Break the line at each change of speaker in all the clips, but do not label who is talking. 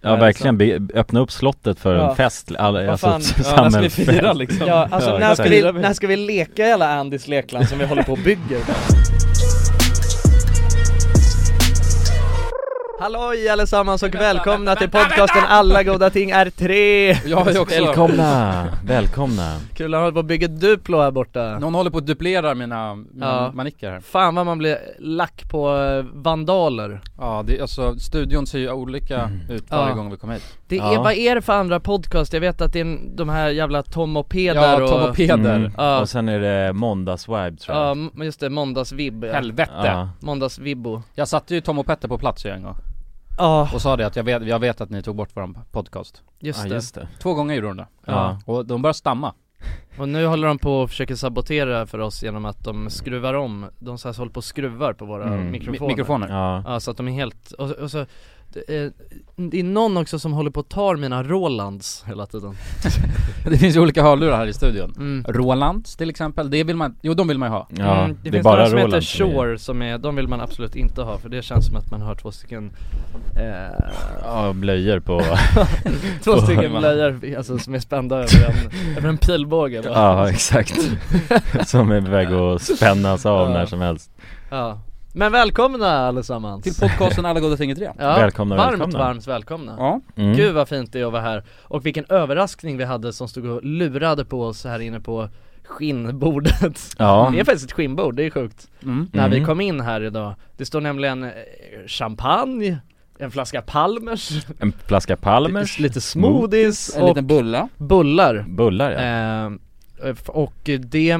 Ja verkligen, Be- öppna upp slottet för
Ja.
en fest, all,
Vad
alltså
fan?
ett
Ja, när
ska vi
samhällsfest.
fira, liksom?
Ja, alltså
Ja,
när, ska
exakt.
vi, när ska vi leka i alla Andys lekland som vi håller på och bygger? Halloj allesammans och välkomna till podcasten Alla goda ting är tre!
Jag har ju också
Välkomna, välkomna
Kul att hålla på och bygga Duplo här borta
Någon håller på att duplera mina, mina
Ja.
manicker här
Fan vad man blir lack på eh, vandaler
Ja, det, alltså studion ser ju olika ut varje
Mm. Ja.
gång vi kommer hit
Det är,
Ja.
vad är det för andra podcast? Jag vet att det är en- de här jävla Tom och Peder
Ja, Tom och Peder,
Mm.
Ja.
Och sen är det måndagsvibe tror
Ja,
jag
m- just det, måndagsvibb ja.
helvete!
Ja.
Måndagsvibbo
Jag satte ju Tom och Petter på plats ju en gång
Ja,
och sa det att jag vet, jag vet att ni tog bort våran podcast
just
Ja
det
just det
Två gånger gjorde de det,
Ja.
och de började stamma
Och nu håller de på och försöker sabotera för oss genom att de skruvar om, de så här håller på och skruvar på våra
Mm.
Mi-
mikrofoner.
Mikrofoner
Ja,
Ja så att de är helt, och, och så, det är, det är någon också som håller på och tar mina Rolands hela tiden
Det finns ju olika hörlurar här i studion
mm.
Rolands till exempel, det vill man, jo de vill man ju ha
ja
mm, det,
det är
finns
bara
några som heter
Roland som är-
Shore som är, de vill man absolut inte ha för det känns som att man har två stycken eh,
Ja, blöjor på,
Två stycken blöjor alltså, som är spända över en, över en pilbåge bara.
ja exakt Som är på väg att spännas av
Ja.
när som helst
Ja. Men välkomna allesammans!
Till podcasten Alla goda ting är tre
ja,
Välkomna,
varmt,
välkomna.
varmt välkomna!
Ja,
mm.
Gud vad fint det är att vara här, och vilken överraskning vi hade som stod och lurade på oss här inne på skinnbordet
Ja,
Mm. Det är faktiskt ett skinnbord, det är sjukt,
mm.
Mm.
när vi kom in här idag Det står nämligen eh, champagne, en flaska Palmers,
en flaska Palmers,
lite smoothies
En
och
liten bulla
bullar
bullar ja
Eh, och det,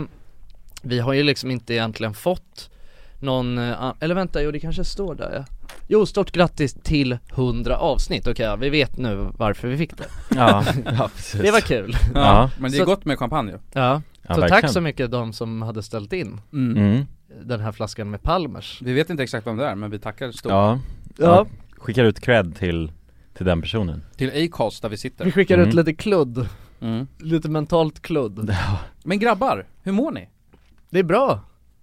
vi har ju liksom inte egentligen fått någon, eh, an- eller vänta, jo det kanske står där ja. Jo, stort grattis till 100 avsnitt, okej ja, vi vet nu varför vi fick det.
Ja, ja precis
Det var kul.
ja.
Ja.
Men det är
Så-
gott med champagne ju
Ja,
ja,
så tack
verkligen.
så mycket de som hade ställt in
mm.
den här flaskan med Palmers.
Vi vet inte exakt vem det är men vi tackar stort
ja.
Ja.
ja, skickar ut cred till, till den personen
Till Acast där vi
Vi
sitter
skickar ut
Mm.
lite kludd,
mm.
lite mentalt kludd.
Men grabbar, hur mår ni?
Det är bra.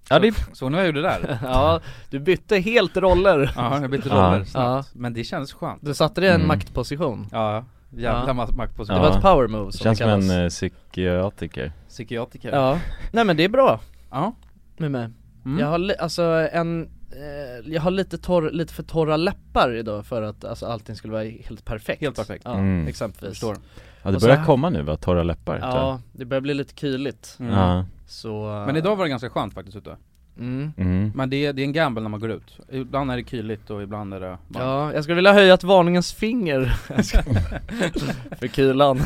Ja det är
Så nu har jag gjorde det där?
Ja, du bytte helt roller.
Ja, jag bytte
Ja.
roller snabbt, men det känns skönt
Du satte dig i en
Mm.
maktposition.
Ja, jävla
Ja.
ma- maktposition
Det
Ja.
var ett power move som
Känns
det
som
kallas.
en eh, psykiatriker
Psykiatriker
Ja, nej men det är bra
Ja.
med mig
Mm.
Jag har li- alltså en, eh, jag har lite, torr, lite för torra läppar idag för att alltså, allting skulle vara helt perfekt
Helt perfekt.
Ja,
Mm.
Jag
exempelvis
Förstår
Ja det
Och så
börjar
här-
komma nu va, torra läppar tror jag.
Ja, det börjar bli lite kyligt
mm.
Ja,
så eh,
Men idag var det ganska skönt faktiskt ute
mm.
mm.
Men det är, det är en gamble när man går ut Ibland är det kyligt och ibland är det varmt.
Ja, jag skulle vilja höja ett varningens finger för kylan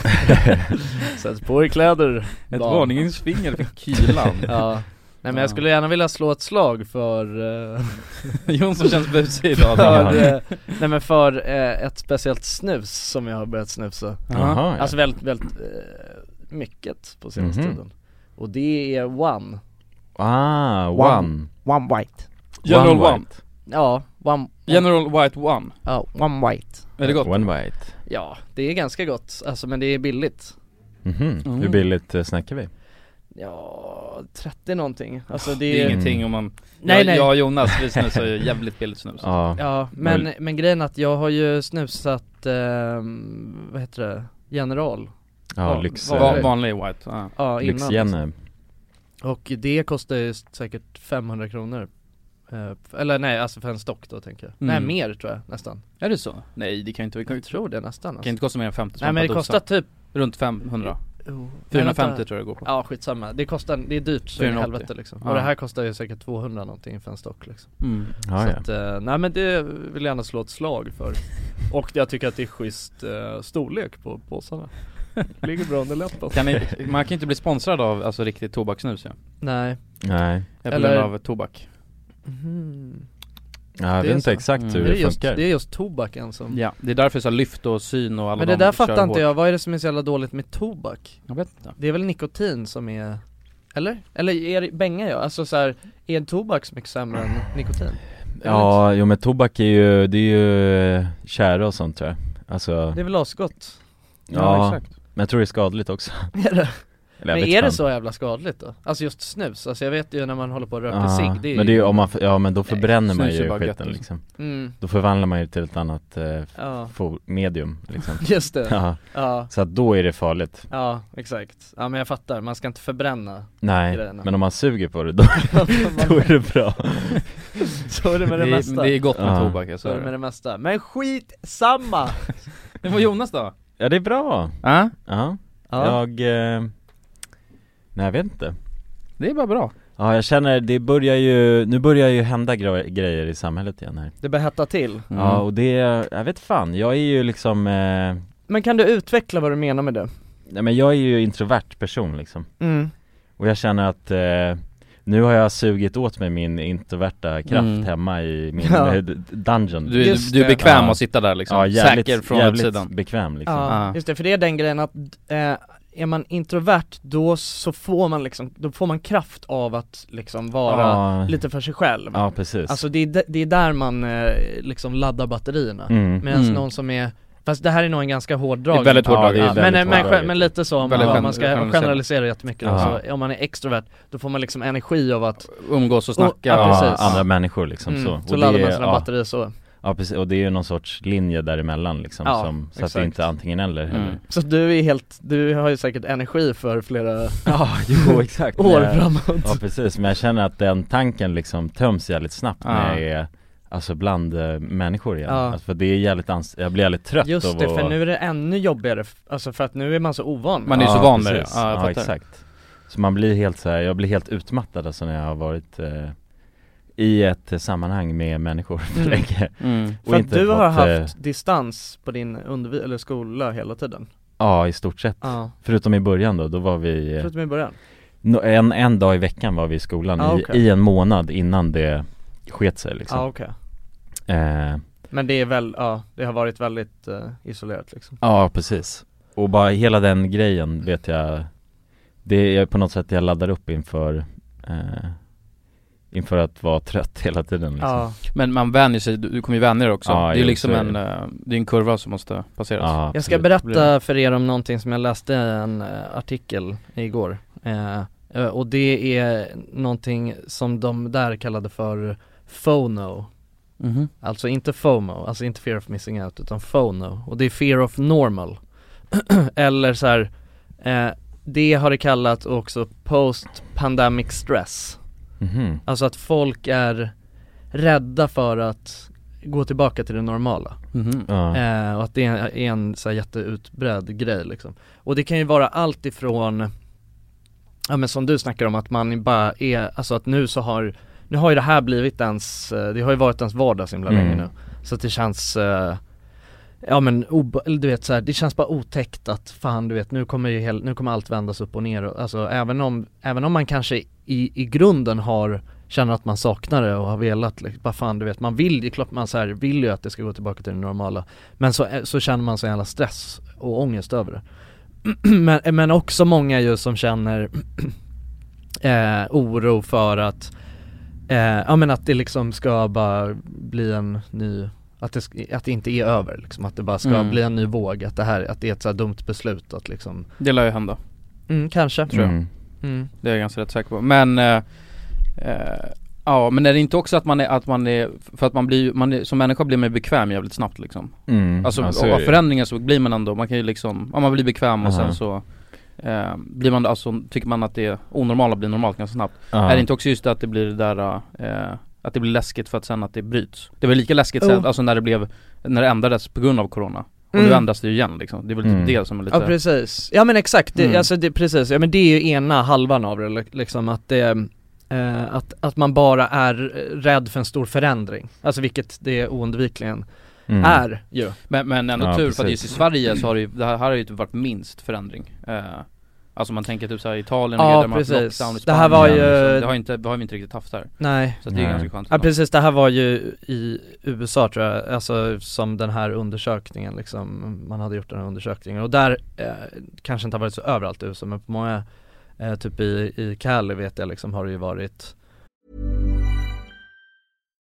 Sätt på er kläder
Ett
Dan.
varningens finger för kylan
Ja Nej men
Ja.
jag skulle gärna vilja slå ett slag för, eh,
Jonsson känns busig idag
Ja.
för eh, nej men för eh, ett speciellt snus som jag har börjat snusa
Jaha.
Jaha, ja.
Alltså väldigt, väldigt eh, mycket på senaste
Mhm.
tiden Och det är One
ah,
One.
one
One white
General one,
white.
Ja, One,
General White one
ja, one white
Är det gott?
One white
Ja, det är ganska gott, alltså men det är billigt
Mhm.
Mm.
Hur billigt eh, snackar vi?
Ja, 30 någonting Alltså det är,
Det är
inget-
ingenting om man
Nej,
jag,
nej.
jag och Jonas vi snusar ju jävligt billigt snus
Ja,
Ja, men, men grejen är att jag har ju snusat, ehm, vad heter det, General
ja
Ja,
lyx,
vad-
eh,
Va- Vanlig white, ja.
Ja, innan liksom?
lyxjenne
Och det kostar ju säkert 500 kronor Eh, f- Eller nej, alltså för en stock då tänker jag Nej
Mm.
mer tror jag nästan,
Är det så? Nej det kan ju inte, det kan, ju-
jag tror det nästan
det
alltså.
kan inte kosta mer än 50
Nej men det
per dosa.
kostar typ
Runt 500
Oh, nej, vänta.
450 tror jag det går på
Ja skitsamma, det kostar, det är dyrt så
480.
i helvete liksom
Ja.
Och det här kostar ju säkert 200 någonting för en stock liksom
mm.
ja,
Så
Ah, ja.
att, eh, nej men det vill jag gärna slå ett slag för Och jag tycker att det är schysst eh, storlek på påsarna Ligger bra under läppen
kan ni, Man kan ju inte bli sponsrad av alltså riktigt tobakssnus ju
Nej
Nej,
Eller
Eller-
av tobak
Mhm.
ja, jag
Det
vet
är
inte
så.
exakt
Mm.
hur
det, är
det,
just,
funkar
det är just tobaken som
Ja, det är därför så här lyft och syn och alla
Mm. Men det
de
där
kör
fattar
hårt.
inte jag, vad är det som är så jävla dåligt med tobak?
Jag vet inte
Det är väl nikotin som är, eller? Eller är det, bängar jag? Alltså så här, är tobak så mycket sämre än nikotin? Jag vet
Ja, jo men tobak är ju, det är ju eh, tjära och sånt tror jag Alltså,
inte. Det är väl asgott?
ja,
exakt
men jag tror det är skadligt också
Är det?
Eller jag
Men
vet
är det
fan.
så jävla skadligt då? Alltså just snus, alltså jag vet ju när man håller på och röker
Ja,
cigg, det är ju...
Ah, Men det är ju om man, f- ja men då
Nej,
förbränner man
snus är
ju
bara gött,
skiten
alltså.
liksom
mm,
Då förvandlar man ju till ett annat eh,
ja,
for, medium liksom
just det,
Ja,
ja,
så att då är det farligt
ja exakt Ja men jag fattar, man ska inte förbränna
Nej,
Grejerna.
men om man suger på det då, då är det bra
Så är det med det,
det, är,
mesta,
det är gott med
Ja.
tobak, alltså. jag
så är
säger
det med
det.
det mesta, men skit samma!
Men vad Jonas
Äh?
då?
Ja det är bra,
Ja,
ja,
Ja,
jag eh, Nej jag vet inte
det är bara bra
Ja jag känner, det börjar ju, nu börjar ju hända gre- grejer i samhället igen här
det börjar hetta till
Mm.
Ja och det, jag vet fan, jag är ju liksom eh,
Men kan du utveckla vad du menar med det?
Nej men jag är ju introvert person liksom
Mm,
Och jag känner att eh, nu har jag sugit åt mig min introverta kraft
Mm.
hemma i min
Ja.
eh, dungeon
Du,
Just
du är
det.
bekväm
Ja.
att sitta där liksom,
Ja jävligt,
säker från
jävligt
utsidan
bekväm liksom
ja,
Ja.
just det, för det är den grejen att eh, är man introvert då så får man liksom, då får man kraft av att liksom vara
ja,
lite för sig själv
Ah. ja precis
Alltså det är, d- det är där man eh, liksom laddar batterierna
mm.
Medan
Mm.
någon som är, fast det här är nog en ganska hård
Det
drag
är väldigt hårt
Ja,
drag.
det är
Ja, men, eh,
väldigt
men,
hårdraget.
men, men lite så, om man,
Väldigt
om
gen-
man ska
generalisera.
generalisera jättemycket då,
Ja.
så om man är extrovert, då får man liksom energi av att,
Umgås och snacka
ja,
Ja,
precis.
andra människor liksom
mm,
så
så,
Och
laddar
det
man
är-
sina
ja,
batterier så
Ja precis, och det är ju någon sorts linje däremellan liksom
Ja,
som, så att det
exakt.
inte är antingen eller heller
Mm.
Så du är helt, du har ju säkert energi för flera
Ja, jo exakt
år
Men jag-
framåt
Ja precis, men jag känner att den tanken liksom töms jävligt snabbt när
Ja.
jag är Alltså bland eh, människor igen,
Ja.
alltså, för det är jävligt ans- jag blir jävligt trött
Just
av
det,
att-
för nu är det ännu jobbigare, f- alltså för att nu är man så ovan
Man är ju så van med det.
precis.
Ja, jag fattar.
exakt Så man blir helt så här, jag blir helt utmattad alltså när jag har varit eh, i ett eh, sammanhang med människor för
Mm.
länge
Mm.
Och
För att
inte
du har
fått, eh,
haft distans på din undervi- eller skola hela tiden
Ja, i stort sett
Ja,
Förutom i början då, då var vi eh,
förutom i början
no- en, en dag i veckan var vi i skolan
Ja,
i,
okej.
i en månad innan det sket sig liksom
Ja okej
eh,
Men det är väl, ja, det har varit väldigt eh, isolerat liksom
Ja, precis. Och bara hela den grejen vet jag, det är på något sätt jag laddar upp inför, eh, inför att vara trött hela tiden liksom.
Ja,
Men man vänjer sig, du, du kommer ju vänja dig också.
Ja,
det är ju
jo,
liksom
så är
en, eh, det är en kurva som måste passeras.
Ja,
jag ska
absolut.
berätta för er om någonting som jag läste i en eh, artikel igår eh, eh, Och det är någonting som de där kallade för FONO
Mhm.
Alltså inte FOMO, alltså inte Fear of Missing Out utan FONO och det är Fear of Normal Eller så här, eh, det har det kallat också Post Pandemic Stress
Mhm.
Alltså att folk är rädda för att gå tillbaka till det normala
Mhm.
Ja.
eh, och att det är är en så här jätteutbredd grej liksom Och det kan ju vara allt ifrån Ja men som du snackar om att man bara är, alltså att nu så har Nu har ju det här blivit ens, eh, det har ju varit ens vardag så himla
Mm.
länge nu Så att det känns eh, Ja men obe- eller du vet så här, det känns bara otäckt att fan du vet nu kommer ju hel- nu kommer allt vändas upp och ner och, alltså även om, även om man kanske i, i grunden har Känner att man saknar det och har velat liksom, bara fan du vet man vill, det är klart man så här vill ju att det ska gå tillbaka till det normala Men så, eh, så känner man så jävla stress och ångest över det men, eh, men också många ju som känner eh, oro för att eh, Ja men att det liksom ska bara bli en ny Att det, sk- att det inte är över liksom, att det bara ska
Mm.
bli en ny våg Att det här, att det är ett så här dumt beslut att liksom
Det lär ju hända,
Mm, kanske
tror jag.
Mm.
mm.
det är jag ganska rätt säker på. Men, eh, eh, ja men är det inte också att man är, att man är, för att man blir, man är, som människa blir man ju bekväm jävligt snabbt liksom.
Mm.
Alltså
Ja, så är
av
det.
förändringar så blir man ändå, man kan ju liksom, ja man blir bekväm och
Aha.
sen så eh, blir man, alltså tycker man att det onormala blir normalt ganska snabbt.
Ja.
Är det inte också just det att det blir det där, eh, att det blir läskigt för att sen att det bryts? Det var lika läskigt sen,
Oh.
alltså när det blev, när det ändrades på grund av corona Och nu
Mm.
ändras det ju igen liksom, det är väl typ
Mm.
det som är lite
Ja precis, ja men exakt, det,
Mm.
alltså det, precis, ja men det är ju ena halvan av det li- liksom att det eh, att, att man bara är eh, rädd för en stor förändring, alltså vilket det oundvikligen
Mm.
är ju
Men, men ändå
Ja,
tur för att
precis.
just i Sverige så har det ju, det här har ju typ varit minst förändring eh, Alltså man tänker typ såhär Italien och
Ja,
grejer där man har haft
precis.
lockdown i
Det här
Spanien,
var
ju-
liksom. Det har ju inte, det har vi inte riktigt haft här
Nej
Så att det är ju
Nej.
ganska skönt
Ja
ändå.
precis, det här var ju i USA tror jag, alltså som den här undersökningen liksom, man hade gjort den här undersökningen och där eh, kanske inte har varit så överallt i USA men på många, eh, typ i, i Cali vet jag liksom har det ju varit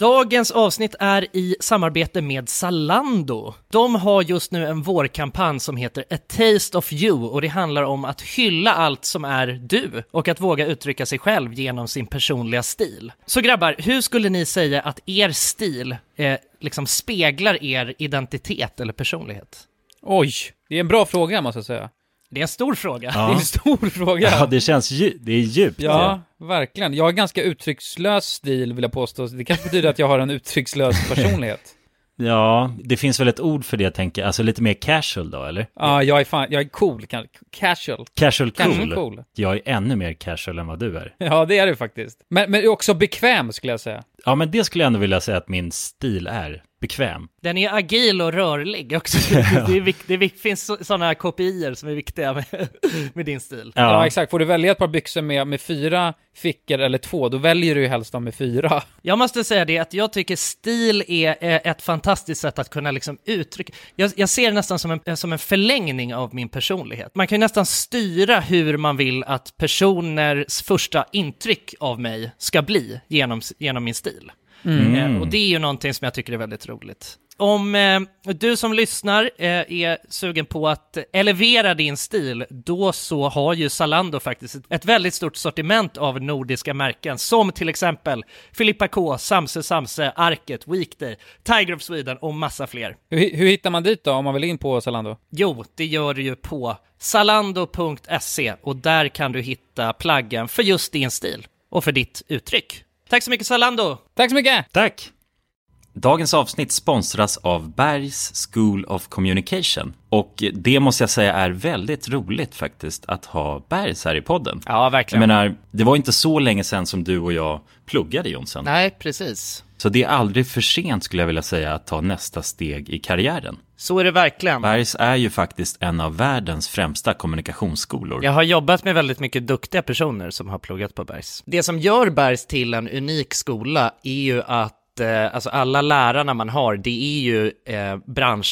Dagens avsnitt är i samarbete med Zalando. De har just nu en vårkampanj som heter A Taste of You och det handlar om att hylla allt som är du och att våga uttrycka sig själv genom sin personliga stil. Så grabbar, hur skulle ni säga att er stil eh, liksom speglar er identitet eller personlighet?
Oj, det är en bra fråga måste jag säga.
Det är en stor fråga.
Det är en stor fråga.
Ja det känns dju- det är djupt
Ja, verkligen. Jag har ganska uttryckslös stil vill jag påstå. Det kanske betyder att jag har en uttryckslös personlighet.
det. ja, det finns väl ett ord för det jag tänker, alltså lite mer casual då eller?
Ja, jag är fan, jag är cool, kan- casual.
Casual cool.
Casual cool.
Jag är ännu mer casual än vad du är
Ja, det är du faktiskt. Men, men också bekväm skulle jag säga.
Ja men det skulle jag ändå vilja säga att min stil är, bekväm
Den är agil och rörlig också. Det, är vik- det, är vik- finns sådana kopior som är viktiga med, med din stil.
Ja. exakt. Får du välja ett par byxor med, med fyra fickor eller två, då väljer du ju helst de med fyra.
Jag måste säga det att jag tycker stil är eh, ett fantastiskt sätt att kunna liksom uttrycka. Jag, jag ser det nästan som en, eh, som en förlängning av min personlighet. Man kan ju nästan styra hur man vill att personers första intryck av mig ska bli genom, genom min stil. Eh, Och det är ju någonting som jag tycker är väldigt roligt. Om eh, du som lyssnar eh, är sugen på att elevera din stil, då så har ju Zalando faktiskt ett- ett väldigt stort sortiment av nordiska märken, som till exempel Filippa K, Samse Samse, Arket, Weekday, Tiger of Sweden och massa fler.
Hur, hur hittar man dit då, om man vill in på Zalando?
Jo, det gör du ju på zalando.se och där kan du hitta plaggen för just din stil och för ditt uttryck. Tack så mycket Zalando!
Tack så mycket!
Tack! Dagens avsnitt sponsras av Bergs School of Communication. Och det måste jag säga är väldigt roligt faktiskt att ha Bergs här i podden.
Ja,
Jag
verkligen.
menar, det var inte så länge sedan som du och jag pluggade Jonsson.
Nej, precis.
Så det är aldrig för sent skulle jag vilja säga att ta nästa steg i karriären.
Så är det verkligen.
Bergs är ju faktiskt en av världens främsta kommunikationsskolor.
Jag har jobbat med väldigt mycket duktiga personer som har pluggat på Bergs. Det som gör Bergs till en unik skola är ju att eh, Alltså alla lärarna man har, det är ju eh,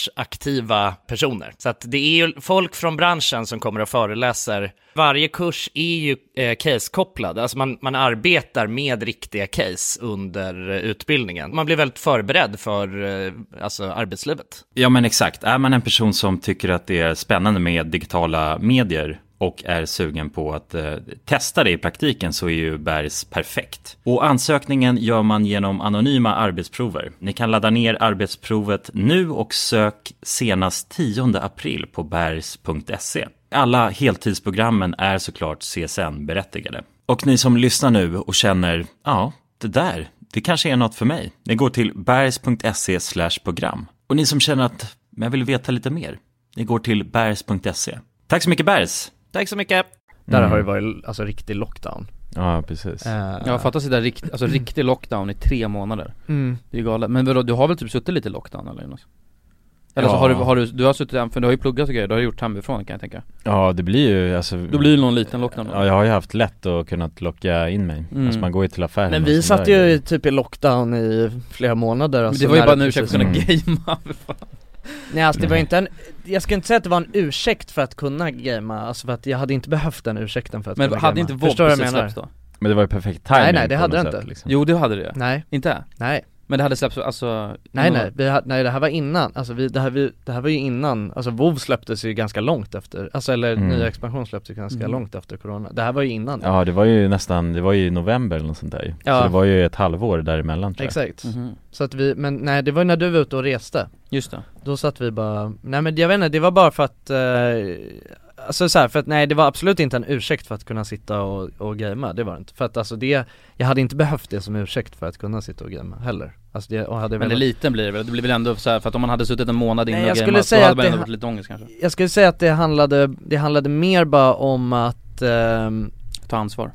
branschaktiva personer. Så att det är ju folk från branschen som kommer och föreläser. Varje kurs är ju eh, case-kopplad, alltså man, man arbetar med riktiga case under eh, utbildningen. Man blir väldigt förberedd för eh, alltså arbetslivet.
Ja men exakt, är man en person som tycker att det är spännande med digitala medier och är sugen på att eh, testa det i praktiken så är ju Bergs perfekt. Och ansökningen gör man genom anonyma arbetsprover. Ni kan ladda ner arbetsprovet nu och sök senast 10 april på bergs.se. Alla heltidsprogrammen är såklart CSN-berättigade. Och ni som lyssnar nu och känner, ja, det där, det kanske är något för mig. Ni går till bergs.se slash program. Och ni som känner att, men jag vill veta lite mer. Ni går till bergs.se. Tack så mycket Bergs!
Tack så mycket!
Där
Mm.
Mm.
har det varit Eh. alltså riktig lockdown
Ja, precis.
Ja, fattar sig där rikt, alltså, riktig lockdown i tre månader.
mm.
Det är ju galet. Men vadå, du har väl typ suttit lite i lockdown eller något? Eller så
Ja.
har du, har du, du har suttit, för du har ju pluggat och grejer, du har gjort hemifrån kan jag tänka.
Ja det blir ju alltså
Då blir det någon liten lockdown då.
Ja jag har ju haft lätt att kunna locka in mig,
Mm.
alltså man går ju till affären
Men
och
vi
sådär
satt ju
grejer.
typ i lockdown i flera månader
Men
alltså,
det var ju
när
bara en ursäkt för
precis-
att kunna
Mm.
gamea för fan.
Nej alltså det var inte en, jag ska inte säga att det var en ursäkt för att kunna gamea, alltså för att jag hade inte behövt den ursäkten för att
Men
kunna gamea.
hade inte VOB
Förstår du vad
precis
jag menar?
släppts då?
Men det var ju perfekt timing
Nej, nej, det
på
hade
något
det
sätt,
inte.
liksom.
Jo det hade det
Nej,
Inte?
nej,
Men det hade släppts, alltså
nej
någon-
nej, vi hade, nej det här var innan, alltså vi, det, här, vi, det här var ju innan, alltså WoW släpptes ju ganska långt efter, alltså eller
Mm.
nya expansion släpptes ganska
Mm.
långt efter corona, det här var ju innan
Ja det var ju nästan, det var ju i november eller något sånt där ju.
Ja.
Så det var ju ett halvår däremellan tror jag
Exakt,
Mhm.
så att vi, men nej det var ju när du var ute och reste
Just det
Då satt vi bara, nej men jag vet inte, det var bara för att eh, alltså så här, för att nej det var absolut inte en ursäkt för att kunna sitta och, och gamea, det var det inte. För att alltså det, jag hade inte behövt det som ursäkt för att kunna sitta och gamea heller. Alltså det, och hade
Men
velat-
eliten blir det väl? Det blir väl ändå så här, för att om man hade suttit en månad
Nej,
inne
jag
och
skulle
gameat så
säga
hade
att
man ändå
det-
fått lite ångest kanske,
jag skulle säga att det handlade, det handlade mer bara om att ehm,
ta ansvar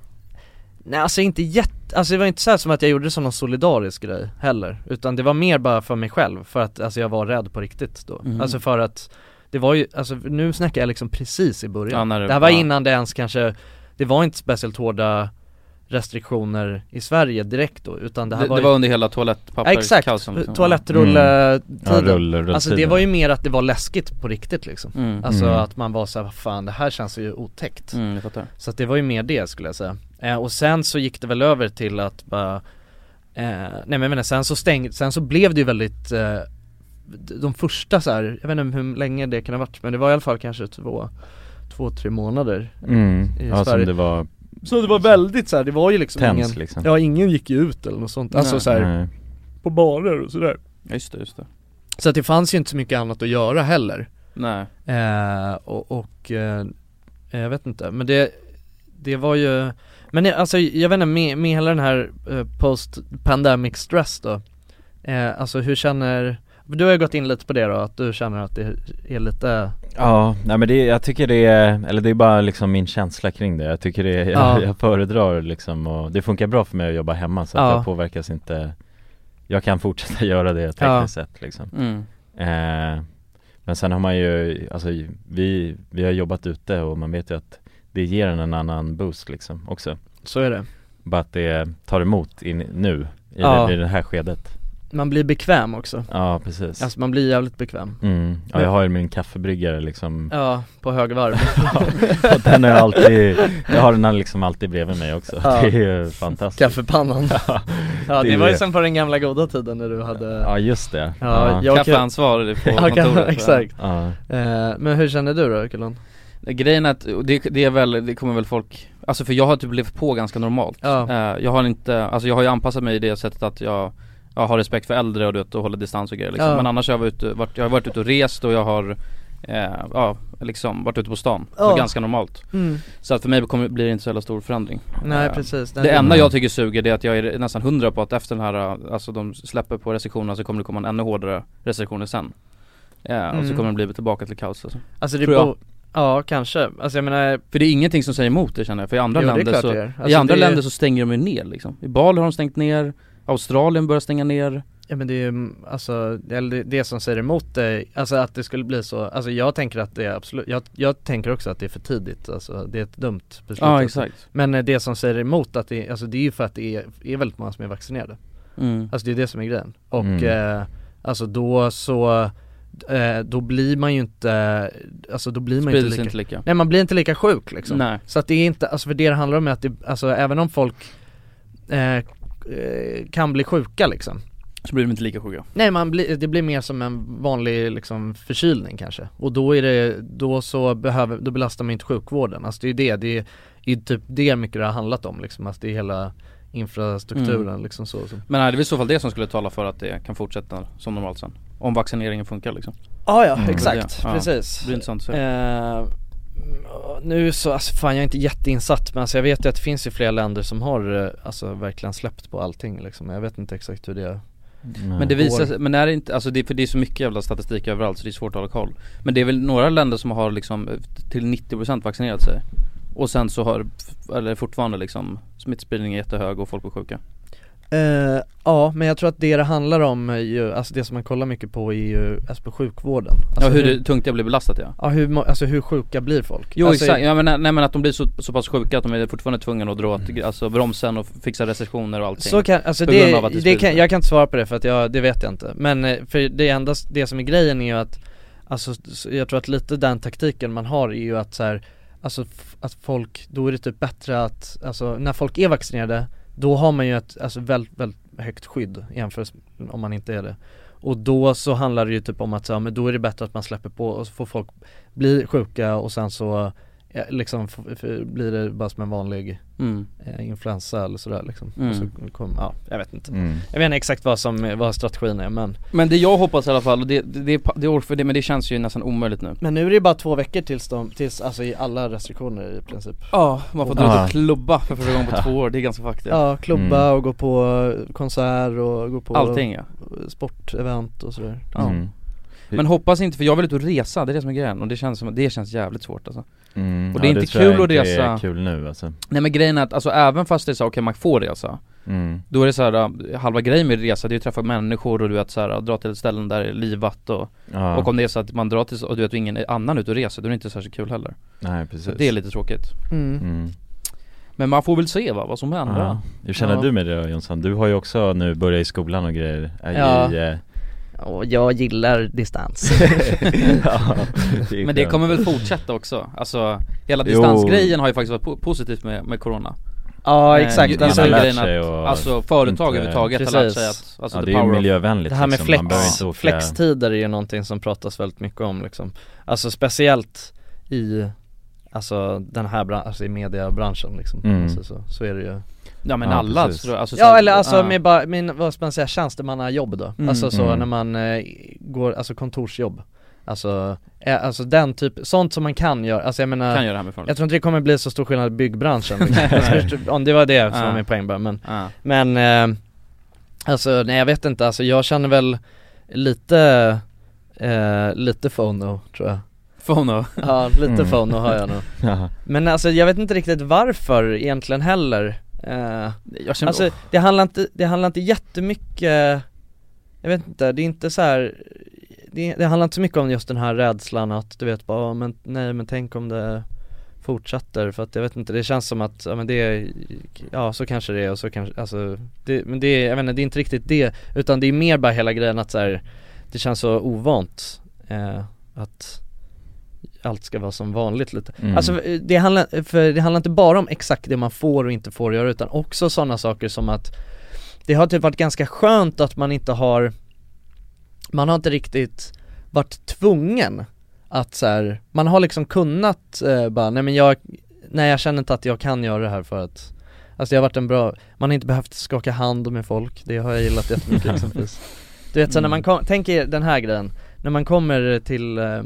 Nej alltså inte jätte, alltså det var inte så här som att jag gjorde det som någon solidarisk grej heller Utan det var mer bara för mig själv, för att alltså jag var rädd på riktigt då
Mhm.
Alltså för att det var ju, alltså nu snackar jag liksom precis i början
Ja, när det-
Det här var
ja.
innan det ens kanske, det var inte speciellt hårda restriktioner i Sverige direkt då utan det
Det,
här
det
var,
var,
ju-
under hela
ja, exakt,
toalettpapperskaosen liksom.
toalettrulle-tiden
Ja, rull, rull
Alltså det var ju mer att det var läskigt på riktigt liksom
Mm,
Alltså
Mm.
att man var såhär, fan det här känns ju otäckt
mm, jag fattar
så att det var ju mer det skulle jag säga. Eh, och sen så gick det väl över till att bara, eh, nej men jag menar, sen så stäng, sen så blev det ju väldigt, eh, de första så här, jag vet inte hur länge det kan ha varit men det var i alla fall kanske två, två tre månader.
mm.
i
Ja som
Sverige.
det var
Så det var väldigt så här, det var ju liksom
Tens,
ingen,
liksom.
ja ingen gick ju ut eller något sånt, alltså
Nej.
så här,
Nej.
på barer och sådär.
Ja, Just det, just det
Så att det fanns ju inte så mycket annat att göra heller.
Nej,
Eh, och, och eh, jag vet inte, men det, det var ju, men det- alltså jag vet inte med, med hela den här eh, post pandemic stress då, eh, alltså hur känner, du har ju gått in lite på det då, att du känner att det är lite,
Ja, nej men det, jag tycker det är, eller det är bara liksom min känsla kring det Jag tycker det är,
Ja.
jag, jag föredrar liksom och det funkar bra för mig att jobba hemma så att
Ja.
jag påverkas inte Jag kan fortsätta göra det tekniskt
Ja.
sett liksom
mm.
eh, Men sen har man ju, alltså vi, vi har jobbat ute och man vet ju att det ger en en annan boost liksom också
så är det.
Bara att det tar emot in, nu, i,
Ja.
det, i det här skedet
Man blir bekväm också,
Ja precis
alltså man blir jävligt bekväm.
mm. Ja jag har ju min kaffebryggare liksom
Ja, på högvarv.
Och den har jag alltid, jag har den liksom alltid bredvid mig också
Ja.
Det är ju fantastiskt
Kaffepannan. Ja, det
det är
var ju
det.
som på den gamla goda tiden när du hade,
Ja just det
ja,
ja.
jag kan,
Kaffeansvar på
ja,
kontoret
kan,
tror jag.
exakt.
Ja.
Eh, men hur känner du då Kulon?
Grejen är att, och det, det är väl, det kommer väl folk, alltså för jag har typ levt på ganska normalt
Ja.
Eh, Jag har inte, alltså jag har ju anpassat mig i det sättet att jag, jag har respekt för äldre och du vet, och håller distans och grejer liksom.
Ja.
Men annars har jag varit, ute- varit, jag har varit ute och rest och jag har, eh, ja liksom varit ute på stan.
Ja.
Så ganska normalt. Så att för mig kommer, blir det inte så jävla stor förändring.
Mm. Nej
Eh,
precis,
Det
är-
enda jag tycker suger det är att jag är nästan hundra på att efter den här, eh, alltså de släpper på restriktionerna så kommer det komma en ännu hårdare restriktioner sen. Ja, och så
Mm.
kommer det bli tillbaka till kaos alltså.
Alltså det
Tror jag.
bo- Ja kanske, alltså jag menar,
För det är ingenting som säger emot det känner jag, för i andra
jo, det är
länder
klart
så,
det är.
i
Alltså,
andra
det är,
länder så stänger de ju ner liksom. I Bali har de stängt ner, Australien börjar stänga ner
Ja men det är ju, mm, alltså, det, eller det- det som säger emot dig, alltså att det skulle bli så, alltså jag tänker att det är absolut, jag, jag tänker också att det är för tidigt, alltså det är ett dumt beslut
Ja exakt
Men eh, det som säger emot att det, alltså det är ju för att det är, är väldigt många som är vaccinerade
mm.
Alltså det är det som är grejen. Och
Mm.
eh, alltså då så, eh, då blir man ju inte, alltså då blir man ju
Sprider
inte
sig
lika,
inte lika
nej man blir inte lika sjuk liksom
Nej,
Så att det är inte, alltså för det det handlar om är att det, alltså även om folk eh, eh, kan bli sjuka liksom
så blir de inte lika sjuka
Nej man blir, det blir mer som en vanlig liksom förkylning kanske Och då är det, då så behöver, då belastar man inte sjukvården Alltså det är ju det, det är ju typ det mycket det har handlat om liksom Alltså det är hela infrastrukturen liksom så, så.
Men nej, det är väl i så fall det som skulle tala för att det kan fortsätta som normalt sen Om vaccineringen funkar liksom
Ah, ja
Mm.
exakt,
Ja.
precis
Det blir intressant att se
Eh, nu så, alltså fan jag är inte jätteinsatt men alltså jag vet ju att det finns ju flera länder som har eh, alltså verkligen släppt på allting liksom. Jag vet inte exakt hur det är.
Men det
går.
visar sig, men är det inte, alltså det, för det är så mycket jävla statistik överallt så det är svårt att hålla koll Men det är väl några länder som har liksom eh, till 90% vaccinerat sig Och sen så har, eller fortfarande liksom smittspridningen är jättehög och folk är sjuka
Eh, ja men jag tror att det det handlar om är ju, alltså det som man kollar mycket på är ju alltså på sjukvården. Alltså
Ja hur det, tungt det blir belastat ja
ja, hur, må- alltså hur sjuka blir folk?
Jo
alltså,
exakt, ja, men, nej men att de blir så, så pass sjuka att de är fortfarande tvungna att dra åt alltså, bromsen och fixa restriktioner och allting
Så kan, alltså
På
det,
grund av att det
det,
sprider
kan,
sig.
jag kan inte svara på det för att jag, det vet jag inte Men eh, för det enda, s- det som är grejen är ju att Alltså s- jag tror att lite den taktiken man har är ju att så här, Alltså f- att folk, då är det typ bättre att, alltså när folk är vaccinerade Då har man ju ett, alltså väldigt, väldigt högt skydd jämfört med om man inte är det och då så handlar det ju typ om att så, ja, men då är det bättre att man släpper på och så får folk bli sjuka och sen så eh, liksom f- f- blir det bara som en vanlig
Mm.
eh, influensa eller sådär liksom.
Mm.
Och så kom, ja, jag vet inte.
Mm.
Jag vet inte exakt vad som, vad strategin är men
Men det jag hoppas i alla fall, och det, det, det, det, är för det, men det känns ju nästan omöjligt nu
Men nu är det bara två veckor tills de, tills, alltså i alla restriktioner i princip
Ja, man får
Ja.
dra ut och klubba för första gången på två år, det är ganska fucked
Ja, klubba
Mm.
och gå på eh, konsert och gå på
Allting ja,
sportevent och sådär
ja.
Mm.
Men hoppas inte, för jag vill ut och resa, det är det som är grejen och det känns, som, det känns jävligt svårt alltså
Mm.
Och det är inte
tror jag
kul att
inte är
resa.
kul nu alltså
Nej men grejen är att, alltså även fast det är så här, okej man får resa
mm.
Då är det så här, äh, halva grejen med resa det är att träffa människor och du vet så här, äh, dra till ställen där det är livat och,
ja.
och om det är så att man drar till, och du vet ingen annan ut och reser, då är det inte särskilt kul heller
Nej
Så
precis
det är lite tråkigt
mm.
Men man får väl se va, vad som händer
ja. Hur känner
Ja.
du med det då Jonsson? Du har ju också nu börjat i skolan och grejer äh,
Ja.
i, eh,
Och jag gillar distans
ja, är
Men det
skönt.
kommer väl fortsätta också? Alltså hela
Jo.
distansgrejen har ju faktiskt varit po- positivt med, med corona
Ja
Eh,
exakt,
ju-
Man
alltså,
har
hela
lärt
grejen
sig
att,
och
Alltså företag
inte-
överhuvudtaget har lärt
Precis.
sig att, alltså the
Ja det är ju
power of
miljövänligt
det här med
liksom. Man behöver
flex,
inte åka-
flextider är ju någonting som pratas väldigt mycket om liksom Alltså speciellt i, alltså den här branschen, alltså i mediabranschen liksom
Mm.
alltså, så, så är det ju
Ja men
Ja,
alla
precis.
tror jag, alltså, så
Ja
här-
eller alltså
ja.
med, bara, med vad ska man säga, tjänstemannajobb då.
Mm.
Alltså så
Mm.
när man eh, går, alltså kontorsjobb. Alltså, eh, alltså den typ, sånt som man kan göra, alltså jag menar
Kan göra det hemifrån
Jag tror inte det kommer bli så stor skillnad i byggbranschen liksom. Om det var det som var
Ja.
min poäng bara men,
ja.
men eh, Alltså nej jag vet inte, alltså jag känner väl lite eh, lite FONO tror jag
Fono
Ja lite
Mm.
FONO har jag nog
Ja.
Men alltså jag vet inte riktigt varför egentligen heller eh,
Jag känner,
Alltså det handlar inte, det handlar inte jättemycket Jag vet inte, det är inte så här det, det handlar inte så mycket om just den här rädslan att du vet bara, "Ja, men nej men tänk om det fortsätter för att jag vet inte, det känns som att, ja men det, ja så kanske det är och så kanske, alltså det, men det, är- jag vet inte, det är inte riktigt det utan det är mer bara hela grejen att så här, det känns så ovant eh, att allt ska vara som vanligt lite
Mm.
Alltså eh, det handlar, för det handlar inte bara om exakt det man får och inte får göra utan också sådana saker som att Det har typ varit ganska skönt att man inte har Man har inte riktigt varit tvungen att så här, man har liksom kunnat eh, bara, nej men jag, nej jag känner inte att jag kan göra det här för att Alltså det har varit en bra, man har inte behövt skaka hand med folk, det har jag gillat jättemycket exempelvis Du vet så
Mm.
när man kom, tänk er den här grejen, när man kommer till eh,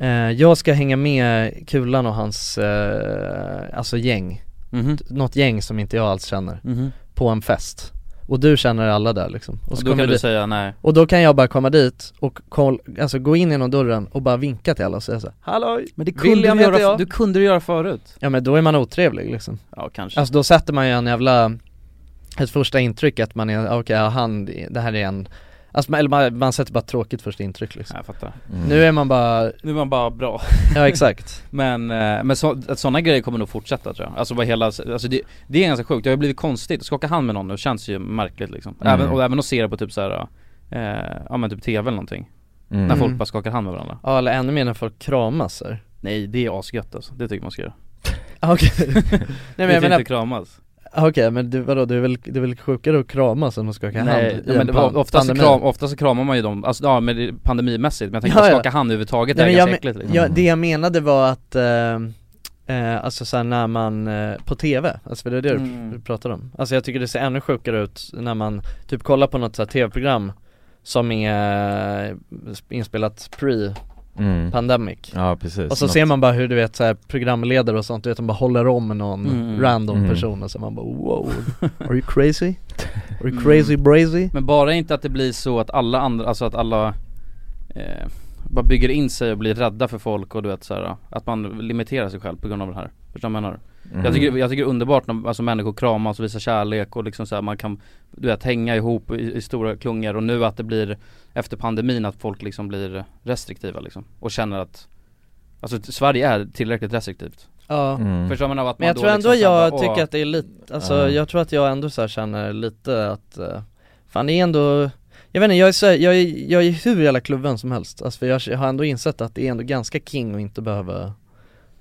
eh, Jag ska hänga med Kulan och hans, eh, alltså gäng,
Mhm.
något gäng som inte jag alls känner,
Mhm.
på en fest Och du känner alla där liksom
Och
så
då
kommer
kan du
dit-
säga nej
och då kan jag bara komma dit och koll, alltså gå in genom dörren och bara vinka till alla och säga så här, Hallå!
Men det
kunde du göra-
du kunde du göra förut
Ja men då är man otrevlig liksom
Ja kanske
Alltså då sätter man ju en jävla, ett första intryck att man är, okej ja, han, det här är en Alltså man, eller man, man sätter bara ett tråkigt första intryck liksom
Ja, jag fattar
Mm.
Nu är man bara,
Nu är man bara bra
ja exakt
Men, eh, men så, att sådana grejer kommer nog fortsätta tror jag Alltså vad hela, alltså det, det är ganska sjukt, det har ju blivit konstigt, skaka hand med någon nu känns ju märkligt liksom
Mm.
även, Och även att se det på typ såhär, eh, ja men typ tv eller någonting
mm.
När
Mm.
folk bara skakar hand med varandra
Ja eller ännu mer när folk kramas här
Nej det är asgött alltså, det tycker man ska göra
Ah, Okej, nej men jag
Lite
menar,
inte kramas
ah, okej men du, vadå, du är väl, du är väl sjukare att kramas än att skaka hand
Nej,
i en
men det
pan-
var, oftast, så
pandemi?
kram, oftast så kramar man ju dem, alltså ja men det är pandemimässigt men jag tänker
Ja,
att
ja.
skaka hand överhuvudtaget
Nej,
är
men
ganska
jag,
äckligt liksom.
ja, det jag menade var att, eh, eh, alltså såhär när man, eh, på TV, alltså för det är det du
Mm.
pr- pratar om Alltså jag tycker det ser ännu sjukare ut när man typ kollar på något såhär TV-program som är eh, inspelat pre-pandemic
Mm. Ja precis
Och så ser man bara hur du vet såhär programledare och sånt, du vet de bara håller om någon
Mm.
random
Mm.
person och så man bara wow, are you crazy? Are you crazy brazy?
Men bara inte att det blir så att alla andra, alltså att alla eh, bara bygger in sig och blir rädda för folk och du vet så här, att man limiterar sig själv på grund av det här. Förstår du vad jag menar?
mm.
Jag, tycker, jag tycker det är underbart när alltså, människor kramas och visar kärlek och liksom så här, man kan du vet hänga ihop i, i stora klungor och nu att det blir efter pandemin att folk liksom blir restriktiva liksom och känner att Alltså t- Sverige är tillräckligt restriktivt.
Ja
mm.
Förstår man av att
Men
man
jag
då
tror ändå
liksom så här
jag
bara,
tycker
"Åh,
att det är lite, alltså
Ja.
jag tror att jag ändå så här känner lite att, eh, fan det är ändå jag vet inte, jag är, så, här- jag, är, jag är hur jävla kluven som helst, alltså för jag har ändå insett att det är ändå ganska king och inte behöva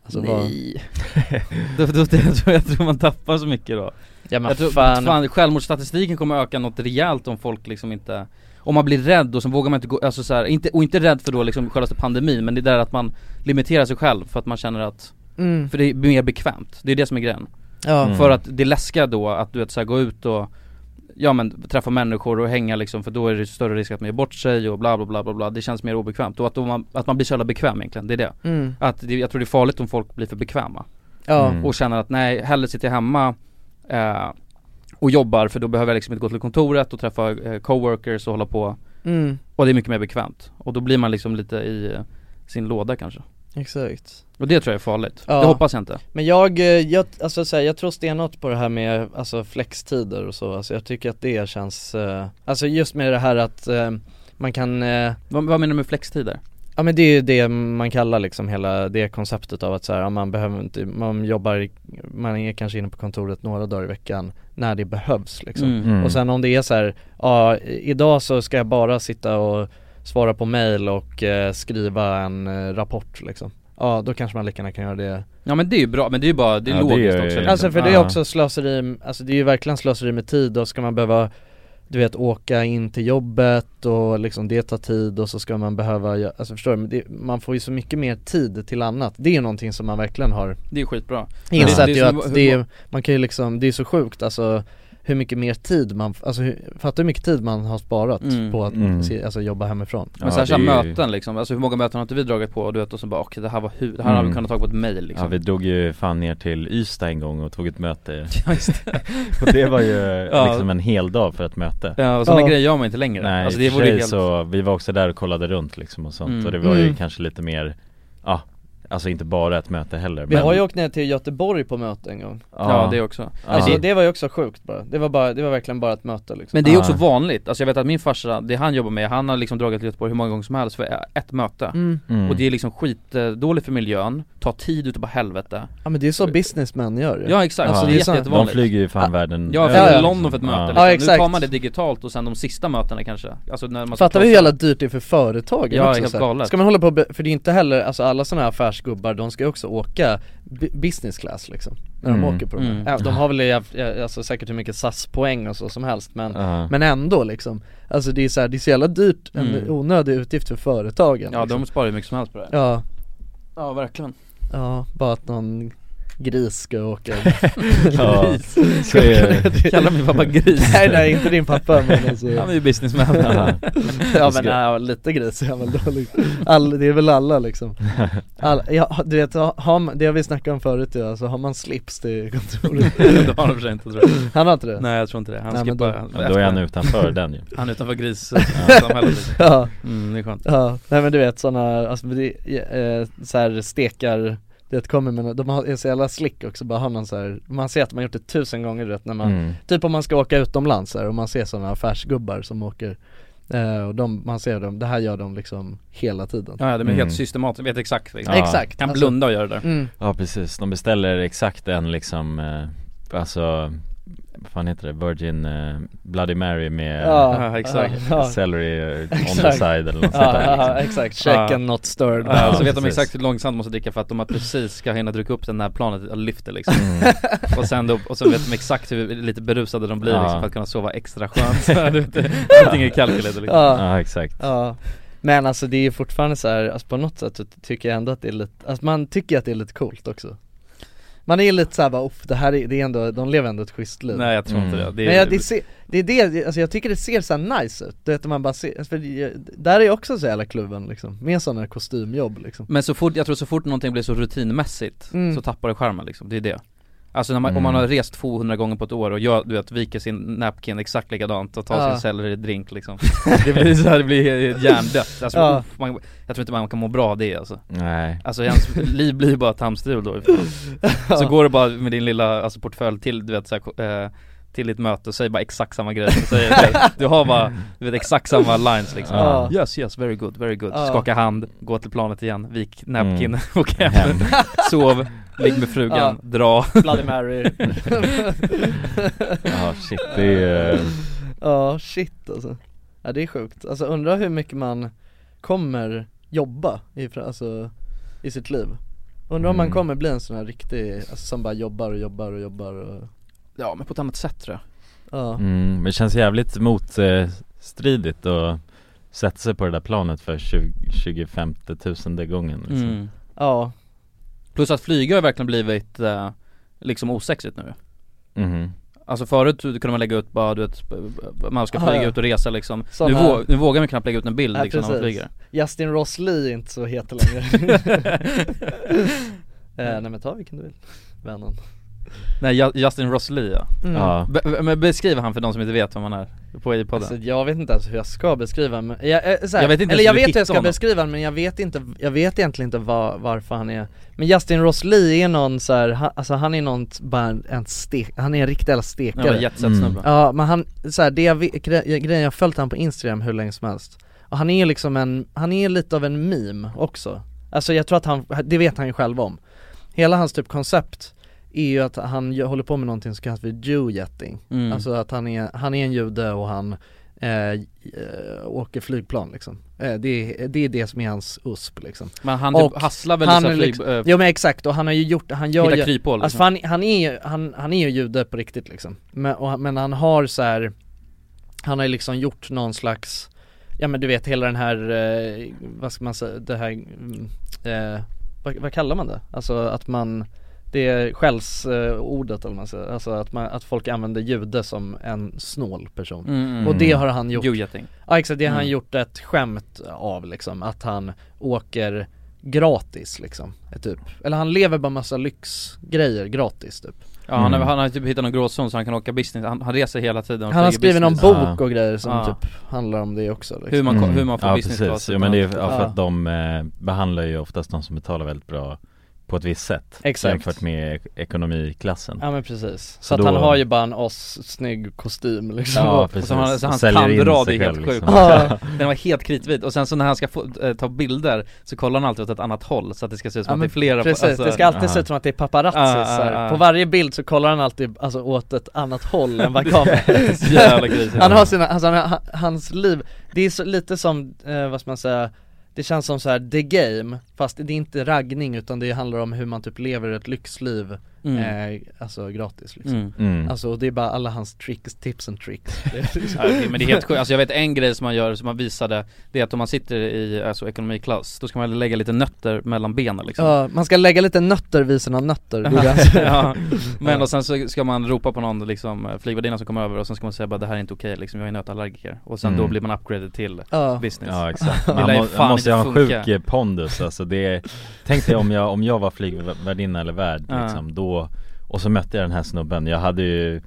alltså, vara-
Nej. då, då, jag, tror, jag tror man tappar så mycket då.
Ja men
Jag tror,
fan,
fan. självmordsstatistiken kommer öka något rejält om folk liksom inte Om man blir rädd och så vågar man inte gå, alltså så här, inte, och inte rädd för då liksom självaste pandemin men det är där att man limiterar sig själv för att man känner att
Mm.
För det är mer bekvämt, det är det som är grejen
Ja,
Mm.
För att det läskiga då att du vet så här, gå ut och Ja men träffa människor och hänga liksom för då är det större risk att man gör bort sig och bla bla bla bla bla Det känns mer obekvämt och att, då man, att man blir så jävla bekväm egentligen, det är det
mm.
Att det, jag tror det är farligt om folk blir för bekväma
ja,
Mm.
och känner att nej, hellre sitter jag hemma eh, och jobbar för då behöver jag liksom inte gå till kontoret och träffa eh, coworkers och hålla på
Mm.
Och det är mycket mer bekvämt och då blir man liksom lite i eh, sin låda kanske
exakt
Och det tror jag är farligt,
Ja.
det hoppas jag inte
Men jag, eh, jag, alltså så här, jag tror stenhårt på det här med alltså flextider och så, alltså jag tycker att det känns, eh, alltså just med det här att eh, man kan, eh,
Vad, vad menar du med flextider?
ja men det är ju det man kallar liksom hela det konceptet av att så här, ja, man behöver inte, man jobbar, man är kanske inne på kontoret några dagar i veckan när det behövs liksom
Mm.
och sen om det är så här, ja idag så ska jag bara sitta och svara på mail och eh, skriva en eh, rapport liksom Ja då kanske man lika gärna kan göra det
Ja men det är ju bra, men det är ju bara, det är
Ja, det
logiskt
är ju-
också liksom.
Alltså för det är
Ja.
också slöseri, alltså det är ju verkligen slöseri med tid och ska man behöva Du vet åka in till jobbet och liksom det tar tid och så ska man behöva, gö- alltså förstår du? Men Det, man får ju så mycket mer tid till annat Det är ju någonting som man verkligen har
Det är skitbra
insett
det är
ju
som-
att det är, man kan ju liksom, det är så sjukt alltså hur mycket mer tid man, alltså hur, fatta hur mycket tid man har sparat
Mm,
på att
mm.
se, alltså, jobba hemifrån
Men
Ja,
så här, så här
det är ju-
möten liksom, alltså hur många möten har inte vi dragit på och du vet och så bara okej det här var hur, det här hade vi
Mm.
kunnat ta på ett mail
Ja
liksom
vi drog ju fan ner till Ystad en gång och tog ett möte Och det var ju liksom en hel dag för ett möte
Ja, och sådana
Ja.
grejer gör man inte längre
Nej
alltså,
i
det
och för
vore ju
sig
helt...
så, vi var också där och kollade runt liksom och sånt
Mm.
och det var ju
Mm.
kanske lite mer, ja Alltså inte bara ett möte heller
Vi
men-
har ju åkt ner till Göteborg på möte en gång
Ja det också
Alltså
Ja.
det var ju också sjukt bara, det var bara, det var verkligen bara ett möte liksom
Men det är också
Ah.
vanligt, alltså jag vet att min farsa, det han jobbar med, han har liksom dragit till Göteborg hur många gånger som helst för ä- ett möte
Mm.
Mm.
Och det är liksom skitdåligt för miljön, tar tid utav bara helvete
Ja men det är så businessmän gör
Ja exakt,
Ja.
alltså, det är
Det är
jätte,
sant.
De
jättevanligt
flyger ju fan världen
Ah, Ja,
över,
för
Ja, ja.
London för ett möte
Ja,
liksom. Nu tar
exakt.
man det digitalt och sen de sista mötena kanske Alltså när man ska
Fattar vi hur
prata.
jävla dyrt det är för företagen
Ja,
också?
helt
så här?
galet.
Ska man hålla på, och be- för det är inte heller, alltså alla sådana här affärsgubbar de ska ju också åka bu- business class liksom När de
Mm.
åker på de här.
Mm.
Ja, De har väl jäv- alltså, säkert hur mycket SAS-poäng och så som helst men,
Ja.
men ändå liksom Alltså det är så här, det är så jävla dyrt, en
Mm.
onödig utgift för företagen
Ja
liksom.
de sparar ju mycket som helst på det här.
ja,
Ja verkligen
ja, bara att någon gris ska åka
Ja, så är,
Kallar min pappa gris
Nej nej inte din pappa men alltså
Han är ju businessman
Ja.
Ja men
Ska-
nej, ja, lite gris är jag väl då liksom. All, Det är väl alla liksom All, ja, Du vet, har man, det har vi snackat om förut ju, alltså har man slips till kontoret
Det har han i och för sig inte tror jag
Han har inte det?
Nej jag tror inte det,
Nej,
han
men
skippar
då-
han,
men då är han utanför den ju
han är utanför grissamhället liksom.
Ja,
mm, det är skönt
ja, nej men du vet sådana, alltså det, eh, så här stekar du vet kommer med, nå- de har, är så jävla slick också, bara har någon så här, man ser att man gjort det tusen gånger du vet när man,
mm.
typ om man ska åka utomlands här, och man ser sådana affärsgubbar som åker eh, och de, man ser dem, det här gör de liksom hela tiden
Ja, ja de är
Mm.
helt systematiskt, vet exakt liksom.
Ja.
Exakt!
Kan
alltså,
blunda och göra det där
mm,
Ja precis, de beställer exakt en liksom, eh, alltså vad fan heter det? Virgin eh, Bloody Mary med
ja,
ja, exakt.
ja.
celery eh, on the
Exakt.
side eller något sånt
Ja,
där
ja,
liksom.
exakt, check
Ja.
and not stirred
Ja, så
Ja,
vet de
precis.
exakt hur långsamt de måste dricka för att de precis ska hinna dricka upp den när planet lyfter liksom
Mm.
Och sen då, och så vet de exakt hur lite berusade de blir
Ja.
liksom, för att kunna sova extra skönt Så här, du vet, Allting är calculated liksom
Ja,
Ja exakt
ja Men alltså det är ju fortfarande så här, alltså på något sätt så tycker jag ändå att det är lite, alltså man tycker att det är lite coolt också Man är ju lite såhär bara "Uff, det här är, det är ändå, de lever ändå ett schysst liv
Nej jag tror inte det,
Mm.
det är,
Men
liksom-
jag, det, ser, det är det, det- alltså jag tycker det ser såhär nice ut, du vet när man bara ser, alltså, för det, där är jag också så jävla kluven liksom, med sådana kostymjobb liksom
Men så fort, jag tror så fort någonting blir så rutinmässigt
Mm.
så tappar det skärmen liksom, det är det Alltså när man, om
Mm.
man har rest 200 gånger på ett år och gör, du vet, viker sin napkin exakt likadant och tar
Ja.
sin cellery-drink liksom Det blir så här, det blir hjärndött, alltså,
Ja.
uff, man, Jag tror inte man kan må bra av det alltså
Nej
Alltså ens liv blir ju bara tamstrul då Så går du bara med din lilla alltså, portfölj till, du vet, så här, eh, till ditt möte och säger bara exakt samma grej Så säger, du- Du har bara, du vet exakt samma lines liksom
Ja.
Yes yes, very good, very good
Ja.
Skaka hand, gå till planet igen, vik napkin,
Mm.
och hem
Hem.
Sov, ligg med frugan, dra
Bloody Mary
Ja shit, det är eh,
Ja shit alltså Ja det är sjukt, alltså undrar hur mycket man kommer jobba i, fra- alltså, i sitt liv Undrar om man
Mm.
kommer bli en sån här riktig, alltså, som bara jobbar och jobbar och jobbar och
Ja men på ett annat sätt tror jag
Ja,
mm, men det känns jävligt motstridigt att sätta sig på det där planet för 20, 25 tusende gången liksom.
mm.
ja
Plus att flyga har verkligen blivit eh, liksom osexigt nu
Mhm.
Alltså förut så kunde man lägga ut bara du vet, man ska
Ja,
flyga
Ah, ja.
ut och resa liksom nu,
Såna-
vå- nu vågar man knappt lägga ut en bild
Ja,
liksom, när man
precis.
flyger
Justin Ross Lee är inte så het längre eh, Nej men ta vilken du vill, vännen
Nej Ju- Justin Rosley ja.
Ja,
Be- be- men beskriv han för de som inte vet vem han är på i podden
Alltså, jag vet inte ens hur jag ska beskriva men jag, eh, såhär,
Jag vet inte
eller
ens
jag
hur du
vet hur jag ska
hittar honom.
beskriva honom men jag vet inte, jag vet egentligen inte var, varför han är Men Justin Ross Lee är någon såhär, han, alltså han är någon, t- bara en- en stek, han är en riktig jävla
Ja, det
stekare
var
Mm.
jetsetsnubben
Ja men han, så här, det jag, ve- gre- grejen, jag har följt han på Instagram hur länge som helst Och han är liksom en, han är lite av en meme också Alltså jag tror att han, det vet han ju själv om Hela hans typ koncept är ju att han gö- håller på med någonting som kallas för Jew-jetting
Mm.
Alltså att han är, han är en jude och han eh, eh, åker flygplan liksom eh, det, är- det är det som är hans USP liksom
Men han
Och
typ hasslar väl
han
så här
är
flyg,
liksom-
eh,
Jo men exakt, och han har ju gjort, han gör
hittar
ju
kryphål
Alltså
liksom.
för han, han är ju, han, han är ju jude på riktigt liksom Men, och, han- men han har så här. Han har ju liksom gjort någon slags Ja men du vet hela den här, eh, vad ska man säga, det här mm, eh, vad, vad kallar man det? Alltså att man Det är skällsordet eh, ordet, eller vad man säger, alltså att, man, att folk använder jude som en snål person
mm, mm.
Och det har han gjort
Jojoting
Ja exakt, det har han
Mm.
gjort ett skämt av liksom, att han åker gratis liksom, eh, typ. Eller han lever bara massa lyxgrejer gratis typ.
Ja han, har,
Mm.
han har typ hittat någon gråzon så han kan åka business, han, han reser hela tiden och
Han har
flyger
skrivit någon
business.
business.
bok och grejer som
Ja.
typ handlar om det också liksom.
hur man, ko-
Mm.
hur man får
ja,
business
precis.
class
Ja men det är ja,
utan-
för att de eh, behandlar ju oftast de som betalar väldigt bra på ett visst sätt
Exakt.
Jämfört med ek- ekonomiklassen
Ja men precis. Så,
Så
att
då-
han har ju bara en oss-snygg kostym liksom.
Ja,
Och så han- så hans
Säljer in
tandrad
sig
är helt
själv,
sjuk.
liksom.
Ja.
Den var helt kritvit och sen så när han ska få, eh, ta bilder så kollar han alltid åt ett annat håll så att det ska se ut som
Ja,
att det
men
är flera
Precis,
på, alltså,
det ska alltid se
aha.
ut som att det är paparazzi
Ja, ja,
så här.
ja.
På varje bild så kollar han alltid alltså, åt ett annat håll än vad kameran
så jävla grisigt
Han har sina, alltså, han, han- hans liv, det är så, lite som, eh, vad ska man säga det känns som så här the game, fast det är inte raggning utan det handlar om hur man typ lever ett lyxliv,
mm.
eh, alltså gratis liksom
Mm.
Mm.
Alltså och det är bara alla hans tricks, tips and tricks
Ja, det- men det är helt sjukt, alltså jag vet en grej som man gör som man visade Det är att om man sitter i alltså, ekonomiklass, då ska man lägga lite nötter mellan benen liksom
Ja, man ska lägga lite nötter vid sina nötter, det är det han säger.
ja, men och sen så ska man ropa på någon liksom eh, flygvärdinna som kommer över och sen ska man säga bara det här är inte okej liksom, jag är nötallergiker Och sen
Mm.
då blir man upgraded till
Ja,
business
Ja exakt,
Det
man,
lär ju
må,
fan
man måste ju
inte
ha en sjuk
funka.
eh, pondus alltså det är, Tänk dig om jag, om jag var flygvärdinna eller värd
Ja.
liksom, då Och så mötte jag den här snubben, jag hade ju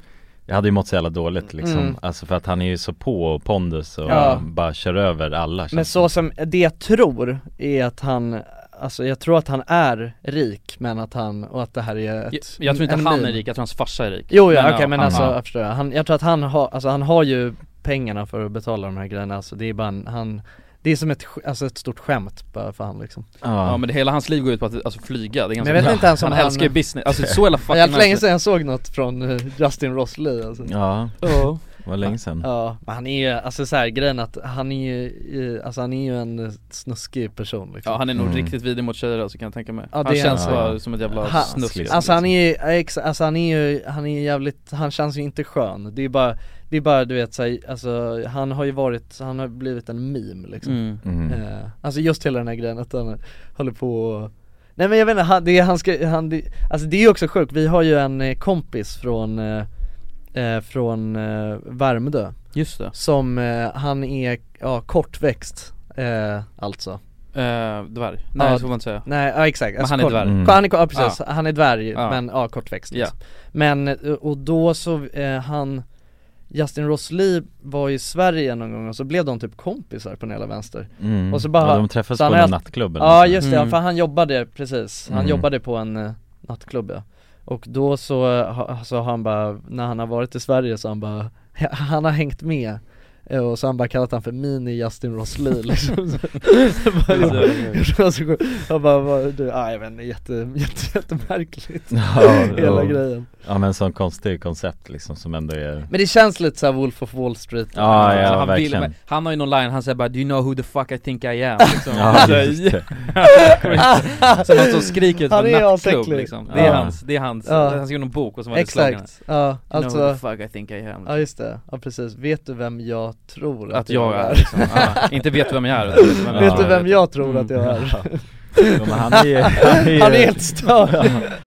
Jag hade ju mått så jävla dåligt liksom,
Mm.
alltså för att han är ju så på och pondus och
Ja.
bara kör över alla känns
Men så som, det jag tror är att han, alltså jag tror att han är rik men att han, och att det här är ett
jag, jag tror inte
en
han
meme.
är rik, jag tror hans farsa är rik
Jo ja, okej men
han-
alltså
ja.
jag förstår, han, jag tror att han har, alltså han har ju pengarna för att betala de här grejerna, alltså det är bara en, han det är som ett, sk- alltså ett stort skämt bara för han liksom
ja.
Ja men det, hela hans liv går ut på att alltså, flyga, det
Men
är ganska
jag vet inte ens om
Han
han,
älskar ju business, alltså så jävla
Det
fucking
var jävligt länge
nice.
sedan jag såg något från eh, Justin Ross Lee alltså
Ja,
Ja
det var länge sedan
Ja, men han är ju, alltså så här, grejen att han är ju, eh, alltså han är ju en eh, snuskig person liksom
Ja han är nog
Mm.
riktigt vidrig mot tjejer alltså kan jag tänka mig
Ja,
Han
det är
känns
han.
bara liksom. som ett jävla
Han-
snuskigt
Alltså,
Alltså han är ju, ex, alltså han är ju, han är ju jävligt, han känns ju inte skön Det är bara, det är bara du vet så här, alltså han har ju varit, han har blivit en meme liksom
mm.
mm.
Eh, Alltså just hela den här grejen att han håller på och... Nej men jag vet inte, han, det, är- han ska, han, det, alltså det är ju också sjukt, vi har ju en eh, kompis från eh, eh, från eh, Värmdö
Just det,
som, eh, han är, ja kortväxt eh, alltså
Eh, dvärg, nej
Ja,
så får man inte säga
Nej ja exakt, Alltså,
Men han är
kort-
dvärg
Mm.
Han är, ja, precis, han är dvärg
Ja.
men ja, kortväxt
Ja.
liksom. Men, eh, och då så, eh, han Justin Rosli var i Sverige någon gång och så blev de typ kompisar på den hela vänster
Mm.
Och så bara-
ja, de träffas
så
på
han
någon
har-
nattklubb eller
Ja
något
just det,
Mm.
ja, för han jobbade precis, han
Mm.
jobbade på en eh, nattklubb ja. Och då så, eh, ha- så har han bara, när han har varit i Sverige så har han bara, han har hängt med Eh, och så har han bara kallat han för mini Justin Rosley liksom Så- bara, jag- jag tror han så sjukt. Han bara, bara, du, ah, jag vet inte, jätte, jätte, jättemärkligt
sånt. ja,
Hela
och-
grejen
ja men sån konstig koncept liksom som ändå är
Men det känns lite såhär Wolf of Wall Street
Ja
Alltså,
ja
han, vill-
verkligen
men han har ju någon line, han säger bara 'Do you know who the fuck I think I am?' liksom.
Ja,
Så-
just det.
Som han står och skriker på
Han är
en nattklubb
asäcklig.
liksom. Det är
Ja.
hans, det är hans,
Ja.
han skrev någon bok och som var det sloganen
Exakt, ja
alltså, know who
alltså
the fuck I think I am
Ja just det, ja precis. Vet du vem jag tror att,
Att jag är liksom, ja. inte vet vem jag är utan
Ja,
Vet du
jag
vem
vet.
jag tror
Mm.
att jag är?
Men han är ju, han är,
Han är helt störd!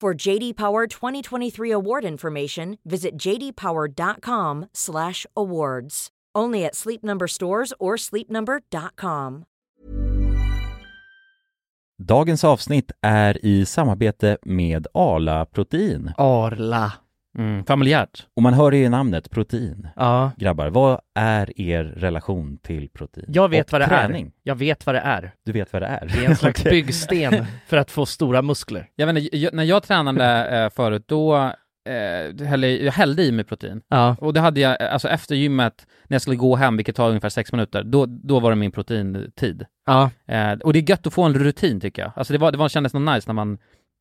For JD Power 2023 award information, visit jdpower.com/awards. Only at Sleep Number stores or sleepnumber.com.
Dagens avsnitt är i samarbete med Arla Protein.
Arla
Mm, familjärt.
Och man hör ju namnet protein.
Ja.
Grabbar, vad är er relation till protein?
Jag vet
Och
vad det
träning.
är. Jag vet vad det är.
Du vet vad det är?
Det är en slags
Okej.
byggsten för att få stora muskler.
Jag vet inte, jag, när jag tränade eh, förut då eh, hällde, jag hällde i mig protein.
Ja.
Och det hade jag, eh, alltså efter gymmet, när jag skulle gå hem, vilket tar ungefär sex minuter, då, då var det min proteintid.
Ja.
Eh, och det är gött att få en rutin tycker jag. Alltså det, var, det var, kändes nog nice när man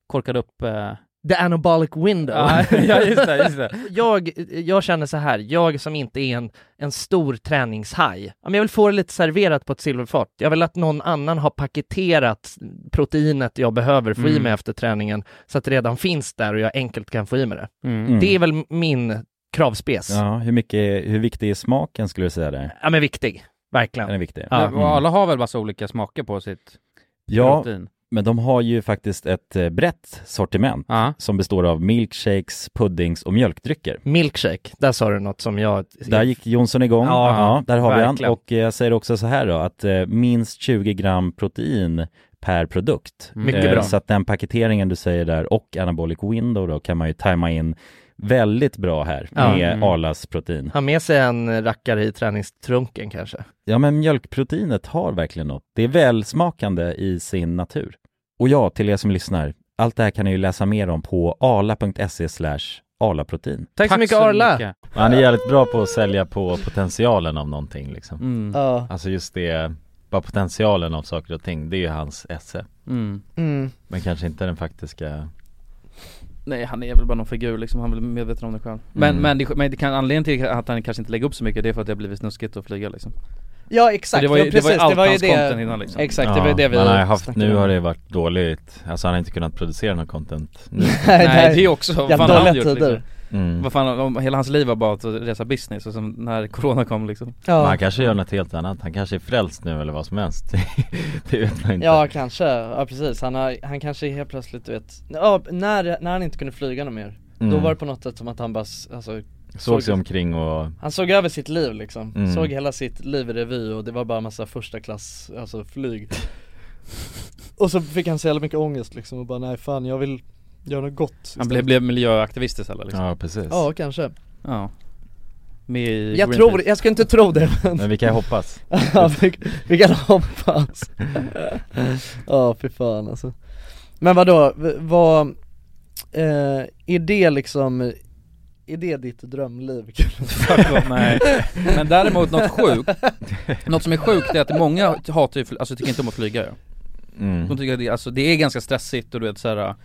korkade upp... Eh...
The anabolic window.
Ja, just det, just det.
jag, jag känner så här, jag som inte är en, en stor träningshaj, ja, men jag vill få det lite serverat på ett silverfat. Jag vill att någon annan har paketerat proteinet jag behöver få i
Mm.
mig efter träningen så att det redan finns där och jag enkelt kan få i mig det.
Mm.
Mm.
Det är väl min kravspes. Ja,
Ja, hur mycket, hur viktig är smaken skulle du säga där?
men viktig.
Den
Verkligen.
är viktig.
Ja,
Mm.
och Alla har väl massa olika smaker på sitt
ja,
protein?
men de har ju faktiskt ett eh, brett sortiment
Ja.
som består av milkshakes, puddings och mjölkdrycker.
Milkshake, där sa du något som jag...
Där gick Jonsson igång.
Ja,
Ja, där har vi
verkligen.
han. Och eh, jag säger också så här då, att eh, minst 20 gram protein per produkt.
Mm, Mycket
Mm.
Eh,
bra.
Så att den paketeringen du säger där och anabolic window då kan man ju tajma in väldigt bra här
Ja.
med
Mm.
Arlas protein.
Ha med sig en rackare i träningstrunken kanske.
Ja men mjölkproteinet har verkligen något. Det är välsmakande i sin natur. Och ja, till er som lyssnar, allt det här kan ni ju läsa mer om på arla.se slash arlaprotein.
Tack, så mycket Arla!
mycket.
Han är jävligt bra på att sälja på potentialen av någonting liksom
Mm.
Ja
Alltså just det, bara potentialen av saker och ting, det är ju hans esse
Mm.
mm.
Men kanske inte den faktiska
Nej, han är väl bara någon figur liksom, han är väl medveten om det själv. Men,
Mm.
men, det, men det kan, anledningen till att han kanske inte lägger upp så mycket, det är för att det har blivit snuskigt att flyga liksom.
Ja
Så
exakt,
det var ju,
ja, precis,
det var ju allt hans
det,
content innan liksom.
Exakt, det var ju det vi
men han har haft,
snackade
nu
om.
har det varit dåligt Alltså han har inte kunnat producera något content nu
Nej,
Nej, det är
ju
också, vad
jävla
fan har han
dåliga
gjort liksom?
tider.
mm.
Vad fan, om, hela hans liv var bara att resa business och sen när corona kom liksom.
Men
ja.
han kanske gör något helt annat, han kanske är frälst nu eller vad som helst Det vet man inte
ja kanske, ja precis, han, har, han kanske är helt plötsligt du vet, ja när, när han inte kunde flyga något mer,
Mm.
då var det på något sätt som att han bara, s- alltså
Såg sig omkring och,
Han såg över sitt liv liksom,
Mm.
såg hela sitt liv i revy och det var bara massa första klass, alltså flyg Och så fick han så jävla mycket ångest liksom och bara nej fan jag vill göra något gott
Han
istället."
blev, blev miljöaktivist istället liksom.
ja precis
Ja kanske
Ja. Med i
Jag
Greenpeace.
tror, jag skulle inte tro det men
Men vi kan ju hoppas
ja, vi, vi kan hoppas Ja fy fan alltså Men vadå, v- vad, eh, är det liksom, är det ditt drömliv?
Fuck off, nej. Men däremot något sjukt, något som är sjukt är att många hatar ju, fly- alltså tycker inte om att flyga ja.
mm.
De tycker att det, alltså, det är ganska stressigt och du vet såhär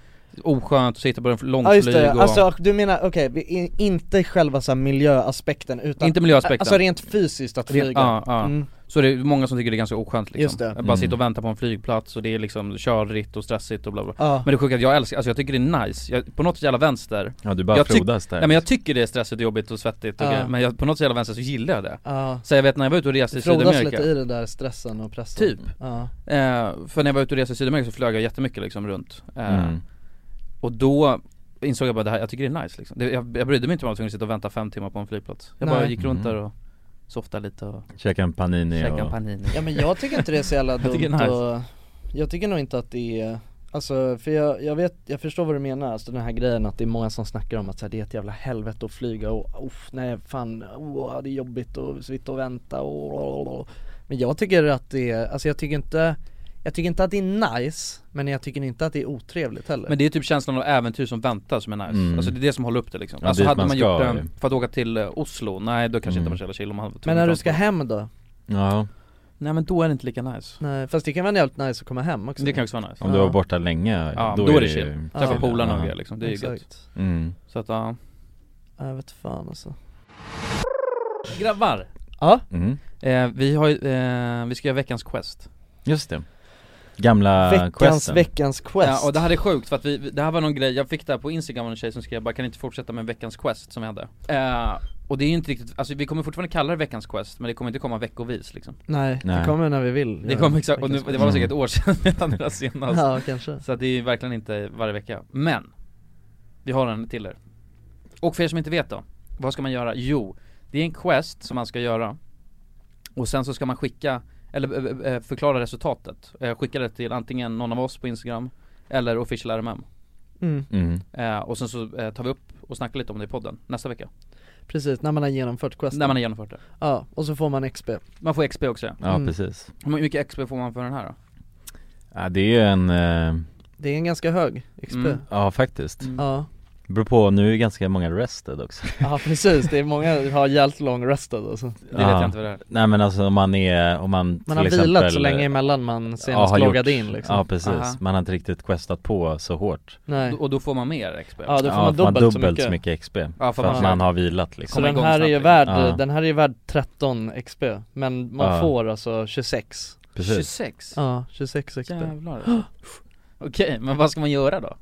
oskönt att sitta på en långflyg
Ja just det,
och...
alltså du menar, okej, vi- i- inte själva så här miljöaspekten utan
inte miljöaspekten.
Alltså rent fysiskt att flyga
Ja, ja.
Mm.
Så det är många som tycker det är ganska oskönt liksom.
Just det.
Att Bara
Mm.
sitta och vänta på en flygplats och det är liksom körigt och stressigt och bla bla bla.
Ja.
Men det sjuka är att jag älskar, alltså jag tycker det är nice, jag, på något jävla vänster
Ja du bara
Jag tyck-
frodas där
Nej men jag tycker det är stressigt och jobbigt och svettigt och
Ja.
grejer, men jag, på något jävla vänster så gillar jag det
Ja.
Så jag vet när jag var ute och reste i
Frodas
Sydamerika
lite i den där stressen och pressen
Typ.
Ja,
eh, För när jag var ute och reste i Sydamerika så flög jag jättemycket liksom runt eh,
mm.
Och då insåg jag bara det här, jag tycker det är nice liksom det, jag, jag brydde mig inte om att jag var tvungen att sitta och vänta fem timmar på en flygplats Jag bara
Nej.
gick runt
Mm.
där och softade lite och
Käka en panini
käkade en
och...
panini
ja men jag tycker inte det är så jävla
Jag tycker
dumt
det är nice.
och Jag tycker nog inte att det är Alltså för jag, jag vet, jag förstår vad du menar, alltså den här grejen att det är många som snackar om att så här, det är ett jävla helvete att flyga och uff, nej fan, oh, det är jobbigt och sitta och vänta och Men jag tycker att det är, alltså jag tycker inte Jag tycker inte att det är nice, men jag tycker inte att det är otrevligt heller
Men det är typ känslan av äventyr som väntar som är nice,
Mm.
alltså det är det som håller upp det liksom
Ja,
Alltså
dit
hade man,
man
gjort
ska,
det
ju.
för att åka till eh, Oslo, nej då kanske
Mm.
inte var så jävla chill om man hade
Men när du ska hem då?
Ja,
Nej men då är det inte lika nice
Nej, fast det kan vara jävligt nice att komma hem också
Det kan också vara nice
om du var
Ja.
borta länge
Ja, då är det
ju-
chill.
Ja.
Träffa
Chill,
polarna och
ja.
grejer liksom, det är ju gött
Exakt.
mm.
Så att ja
Ja, Jag vet fan alltså
Grabbar!
Ja,
Mm.
Eh, vi har ju, eh, vi ska göra veckans quest
Just det Gamla
veckans,
Äh, questen
veckans quest
Ja och det här är sjukt för att vi, vi- det här var någon grej, jag fick det här på instagram av en tjej som skrev bara kan ni inte fortsätta med veckans quest som vi hade? Eh, och det är ju inte riktigt, alltså vi kommer fortfarande kalla det veckans quest men det kommer inte komma veckovis liksom
Nej, det
Nej.
kommer när vi vill
Det
Ja,
kommer exakt, och nu,
veckans
det var väl säkert ett år sedan vi hade det här senast
Ja, kanske
Så att det är verkligen inte varje vecka. Men! Vi har en till er. Och för er som inte vet då, vad ska man göra? Jo, det är en quest som man ska göra. Och sen så ska man skicka, eller eh, eh, förklara resultatet. Eh, Skicka det till antingen någon av oss på Instagram, eller official RMM.
mm,
mm.
Eh, Och sen så eh, tar vi upp och snackar lite om det i podden nästa vecka.
Precis, när man har genomfört questen
När man har genomfört det.
Ja, och så får man XP
Man får XP också ja.
Ja
Mm.
precis
Hur mycket XP får man för den här då?
ja, det är ju en, eh,
Det är en ganska hög XP
Mm.
ja faktiskt
Ja,
Beror på, nu är ju ganska många rested också
ja precis, det är många som har jävligt lång rested alltså.
Det vet
Ja.
jag inte vad det är.
Nej men alltså om man är, om man
Man har
till
vilat så
exempel-
länge emellan man
Ja,
senast
har
loggade
gjort-
in liksom
Ja precis,
Aha.
man har inte riktigt questat på så hårt
Nej
Och då får man mer XP.
Ja, då får
Ja,
man
för
dubbelt,
dubbelt
så mycket,
så mycket XP
Ja,
För att man har vilat
Så
liksom
Komma
den
igång
här är ju
snabbare.
värd,
Ja.
den här är ju värd 13 XP Men man
Ja.
får alltså 26
Precis
26?
Ja, 26 XP
Jävlar Okej, men vad ska man göra då?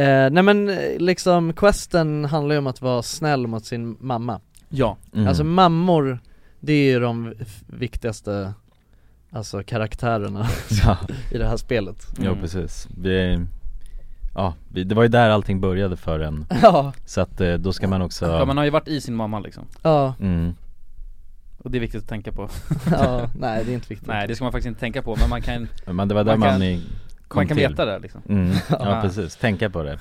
Eh, nej men eh, liksom questen handlar ju om att vara snäll mot sin mamma
Ja,
mm.
Alltså mammor, det är ju de f- viktigaste Alltså karaktärerna
ja,
i det här spelet
ja precis, vi, ja, vi, det var ju där allting började för en
Ja,
Så att eh, då ska man också
ja man har ju varit i sin mamma liksom
ja,
mm.
Och det är viktigt att tänka på
ja, nej det är inte viktigt
Nej det ska man faktiskt inte tänka på men man kan,
Men det var där
Man
man,
kan-
i- kom
man kan
till.
veta det liksom
Mm. Ja
Ja.
precis, tänka på det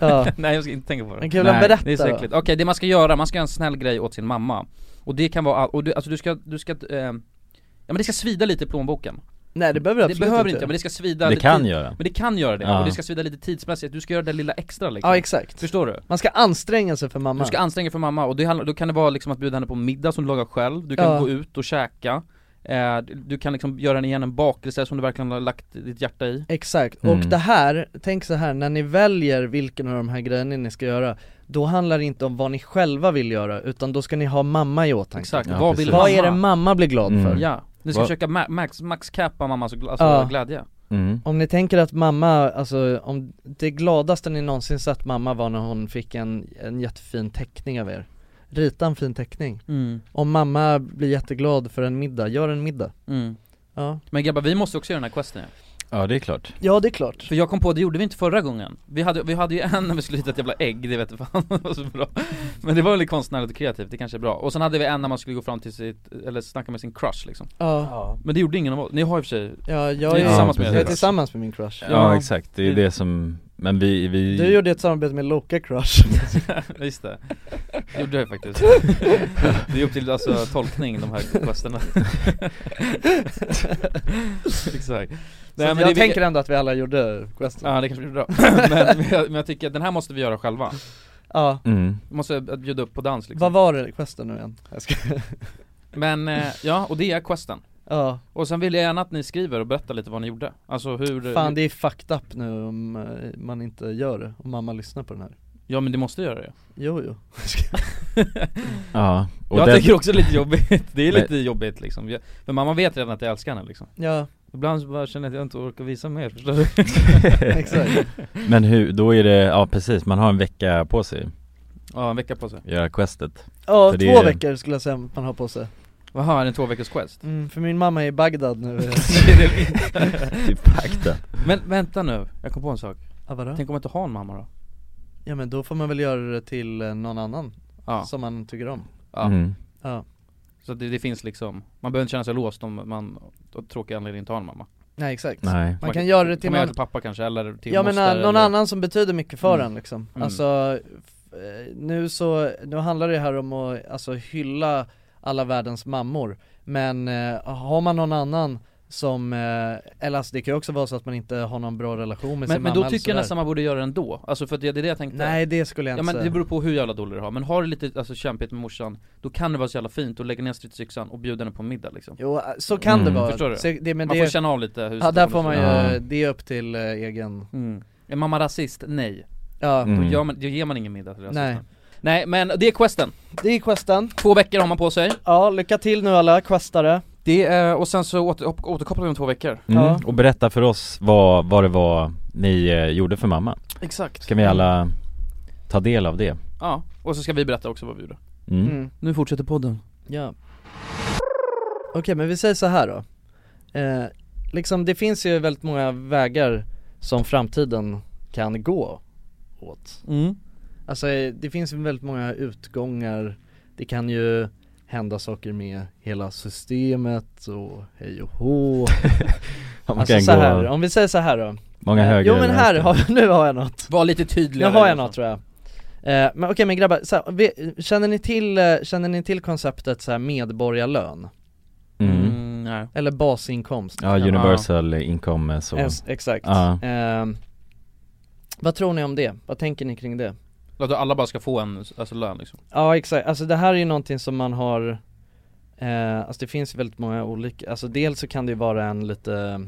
ja.
Nej jag ska inte tänka på det
Men kul att
Nej,
berätta
Det är så
då.
äckligt. Okej det man ska göra, man ska göra en snäll grej åt sin mamma Och det kan vara, all- och du, alltså du ska, du ska, eh, ja men det ska svida lite i plånboken
Nej det behöver
Det
absolut
behöver inte, men det ska svida
Det
lite
kan
tid-
göra
Men det kan göra det,
Ja.
och det ska svida lite tidsmässigt, du ska göra det lilla extra liksom
Ja exakt,
Förstår du?
man ska anstränga sig för mamma
Du ska anstränga för mamma och det handlar, då kan det vara liksom att bjuda henne på middag som du lagar själv, du kan
Ja.
gå ut och käka eh, du- Du kan liksom göra henne igen en bakelse som du verkligen har lagt ditt hjärta i
Exakt, och
Mm.
det här, tänk så här när ni väljer vilken av de här grejerna ni ska göra Då handlar det inte om vad ni själva vill göra, utan då ska ni ha mamma i åtanke
Exakt,
Ja,
vad
precis.
vill
Vad
mamma?
är det mamma blir glad
Mm.
för?
Ja, du ska
Vad-
försöka ma- max, max cappa mammas gl- alltså
Ja.
glädje
mm.
Om ni tänker att mamma, alltså om det gladaste ni någonsin sett mamma var när hon fick en, en jättefin teckning av er Rita en fin teckning Om mamma blir jätteglad för en middag, gör en middag
Mm.
Ja,
Men grabbar vi måste också göra den här questen ju.
Ja det är klart
ja det är klart
För jag kom på, det gjorde vi inte förra gången Vi hade, vi hade ju en när vi skulle hitta ett jävla ägg, det vet jag fan, det var så bra Men det var väldigt konstnärligt och kreativt, det kanske är bra Och sen hade vi en när man skulle gå fram till sitt, eller snacka med sin crush liksom
Ja,
Men det gjorde ingen av oss, ni har i och för sig
ja jag
Ni
är,
är
tillsammans med
jag är
henne.
tillsammans med min crush
Ja,
Ja.
exakt, det är ju det som, men vi, vi
Du gjorde ett samarbete med Loka Crush
Ja, Just det, det gjorde jag faktiskt Det är upp till alltså tolkning de här questerna Exakt
Nej, men
det är
jag tänker
vilka-
ändå att vi alla gjorde questen
Ja det kanske blir bra, men, men, jag, men jag tycker att den här måste vi göra själva
Ja,
mm.
Vi måste bjuda upp på dans
vad
liksom
var det questen nu igen? Jag ska...
Men eh, ja, och det är questen
Ja,
Och sen vill jag gärna att ni skriver och berättar lite vad ni gjorde Alltså hur
fan det är fucked up nu om eh, man inte gör det, om mamma lyssnar på den här
Ja men det måste göra det
Jo, jo.
Ja, och
Jag
den-
tycker också lite jobbigt, det är
Men-
lite jobbigt liksom Jag- För mamma vet redan att jag älskar henne liksom
Ja,
Ibland så bara känner jag att jag inte orkar visa mer, förstår du?
exakt.
Men hur, då är det, ja precis, man har en vecka på sig
Ja en vecka på sig
Göra questet
Ja,
För det
två
är-
veckor skulle jag säga man har på sig.
Jaha, är det en två veckors quest?
Mm, för min mamma är i Bagdad nu.
Nej, det är det inte.
Typ pakta
Men vänta nu, jag kom på en sak
ja, vadå?
Tänk om jag inte har en mamma då?
Ja men då får man väl göra det till eh, någon annan
Ja,
som man tycker om.
ja.
mm.
Ja.
Så det, det finns liksom, man behöver inte känna sig låst om man av tråkiga anledningar inte har en mamma
Nej exakt.
Nej
Man kan göra det till
Kan man göra
någon,
till pappa kanske eller till
ja men
moster
eh, någon
eller...
annan som betyder mycket för
Mm.
en liksom.
Mm.
Alltså, f- eh, nu så, nu handlar det här om att alltså, hylla alla världens mammor. Men eh, har man någon annan som, eh, eller alltså det kan ju också vara så att man inte har någon bra relation med
Men,
sin
men
mamma
då
eller
tycker jag
sådär.
nästan man borde göra det ändå, alltså för att det, det är det jag tänkte
Nej det skulle jag
Ja
inte
men
säga.
det beror på hur jävla dålig du har, men har du lite alltså, kämpigt med morsan, då kan det vara så jävla fint att lägga ner stridsyxan och bjuda henne på middag liksom
Jo eh, så kan
Mm.
det vara.
Förstår du?
Så, det, men
Man
det,
får känna av lite hur
ja där får man ju,
situationen
Ja.
det är upp till eh, egen,
ser ut. mm. Är mamma rasist? Nej,
ja.
Mm.
då, gör man, då ger man ingen middag till rasisten
Nej.
Nej Nej men det är questen,
Det är questen.
två veckor har man på sig
Ja, lycka till nu alla questare.
det är, och sen så åter, åp- återkopplar vi om två veckor
mm.
Ja.
Och berätta för oss vad, vad det var ni eh, gjorde för mamma
Exakt
Ska vi
Mm.
alla ta del av det?
Ja, och så ska vi berätta också vad vi gjorde
Mm.
Nu fortsätter podden
Ja. Okej, men vi säger så här då. Eh, liksom det finns ju väldigt många vägar som framtiden kan gå åt.
mm.
Alltså eh, det finns ju väldigt många utgångar. Det kan ju hända saker med hela systemet och hej och hå.
Man
Alltså
kan
så här,
gå
om vi säger så här då.
många höger
Eh, jo men
eller
här, har,
vänster.
nu har jag något.
Var lite tydligare
Nu har jag något tror jag. Eh, men okej men grabbar, så här, vi, känner, ni till, eh, känner ni till konceptet så här medborgarlön?
mm.
mm, nej.
Eller basinkomst?
Ja, universal income eh, så
Ex- Exakt.
Ja.
Ehm, vad tror ni om det? Vad tänker ni kring det?
Att alla bara ska få en, alltså lön liksom
Ja exakt, alltså det här är ju någonting som man har eh, Alltså det finns ju väldigt många olika, alltså dels så kan det ju vara en lite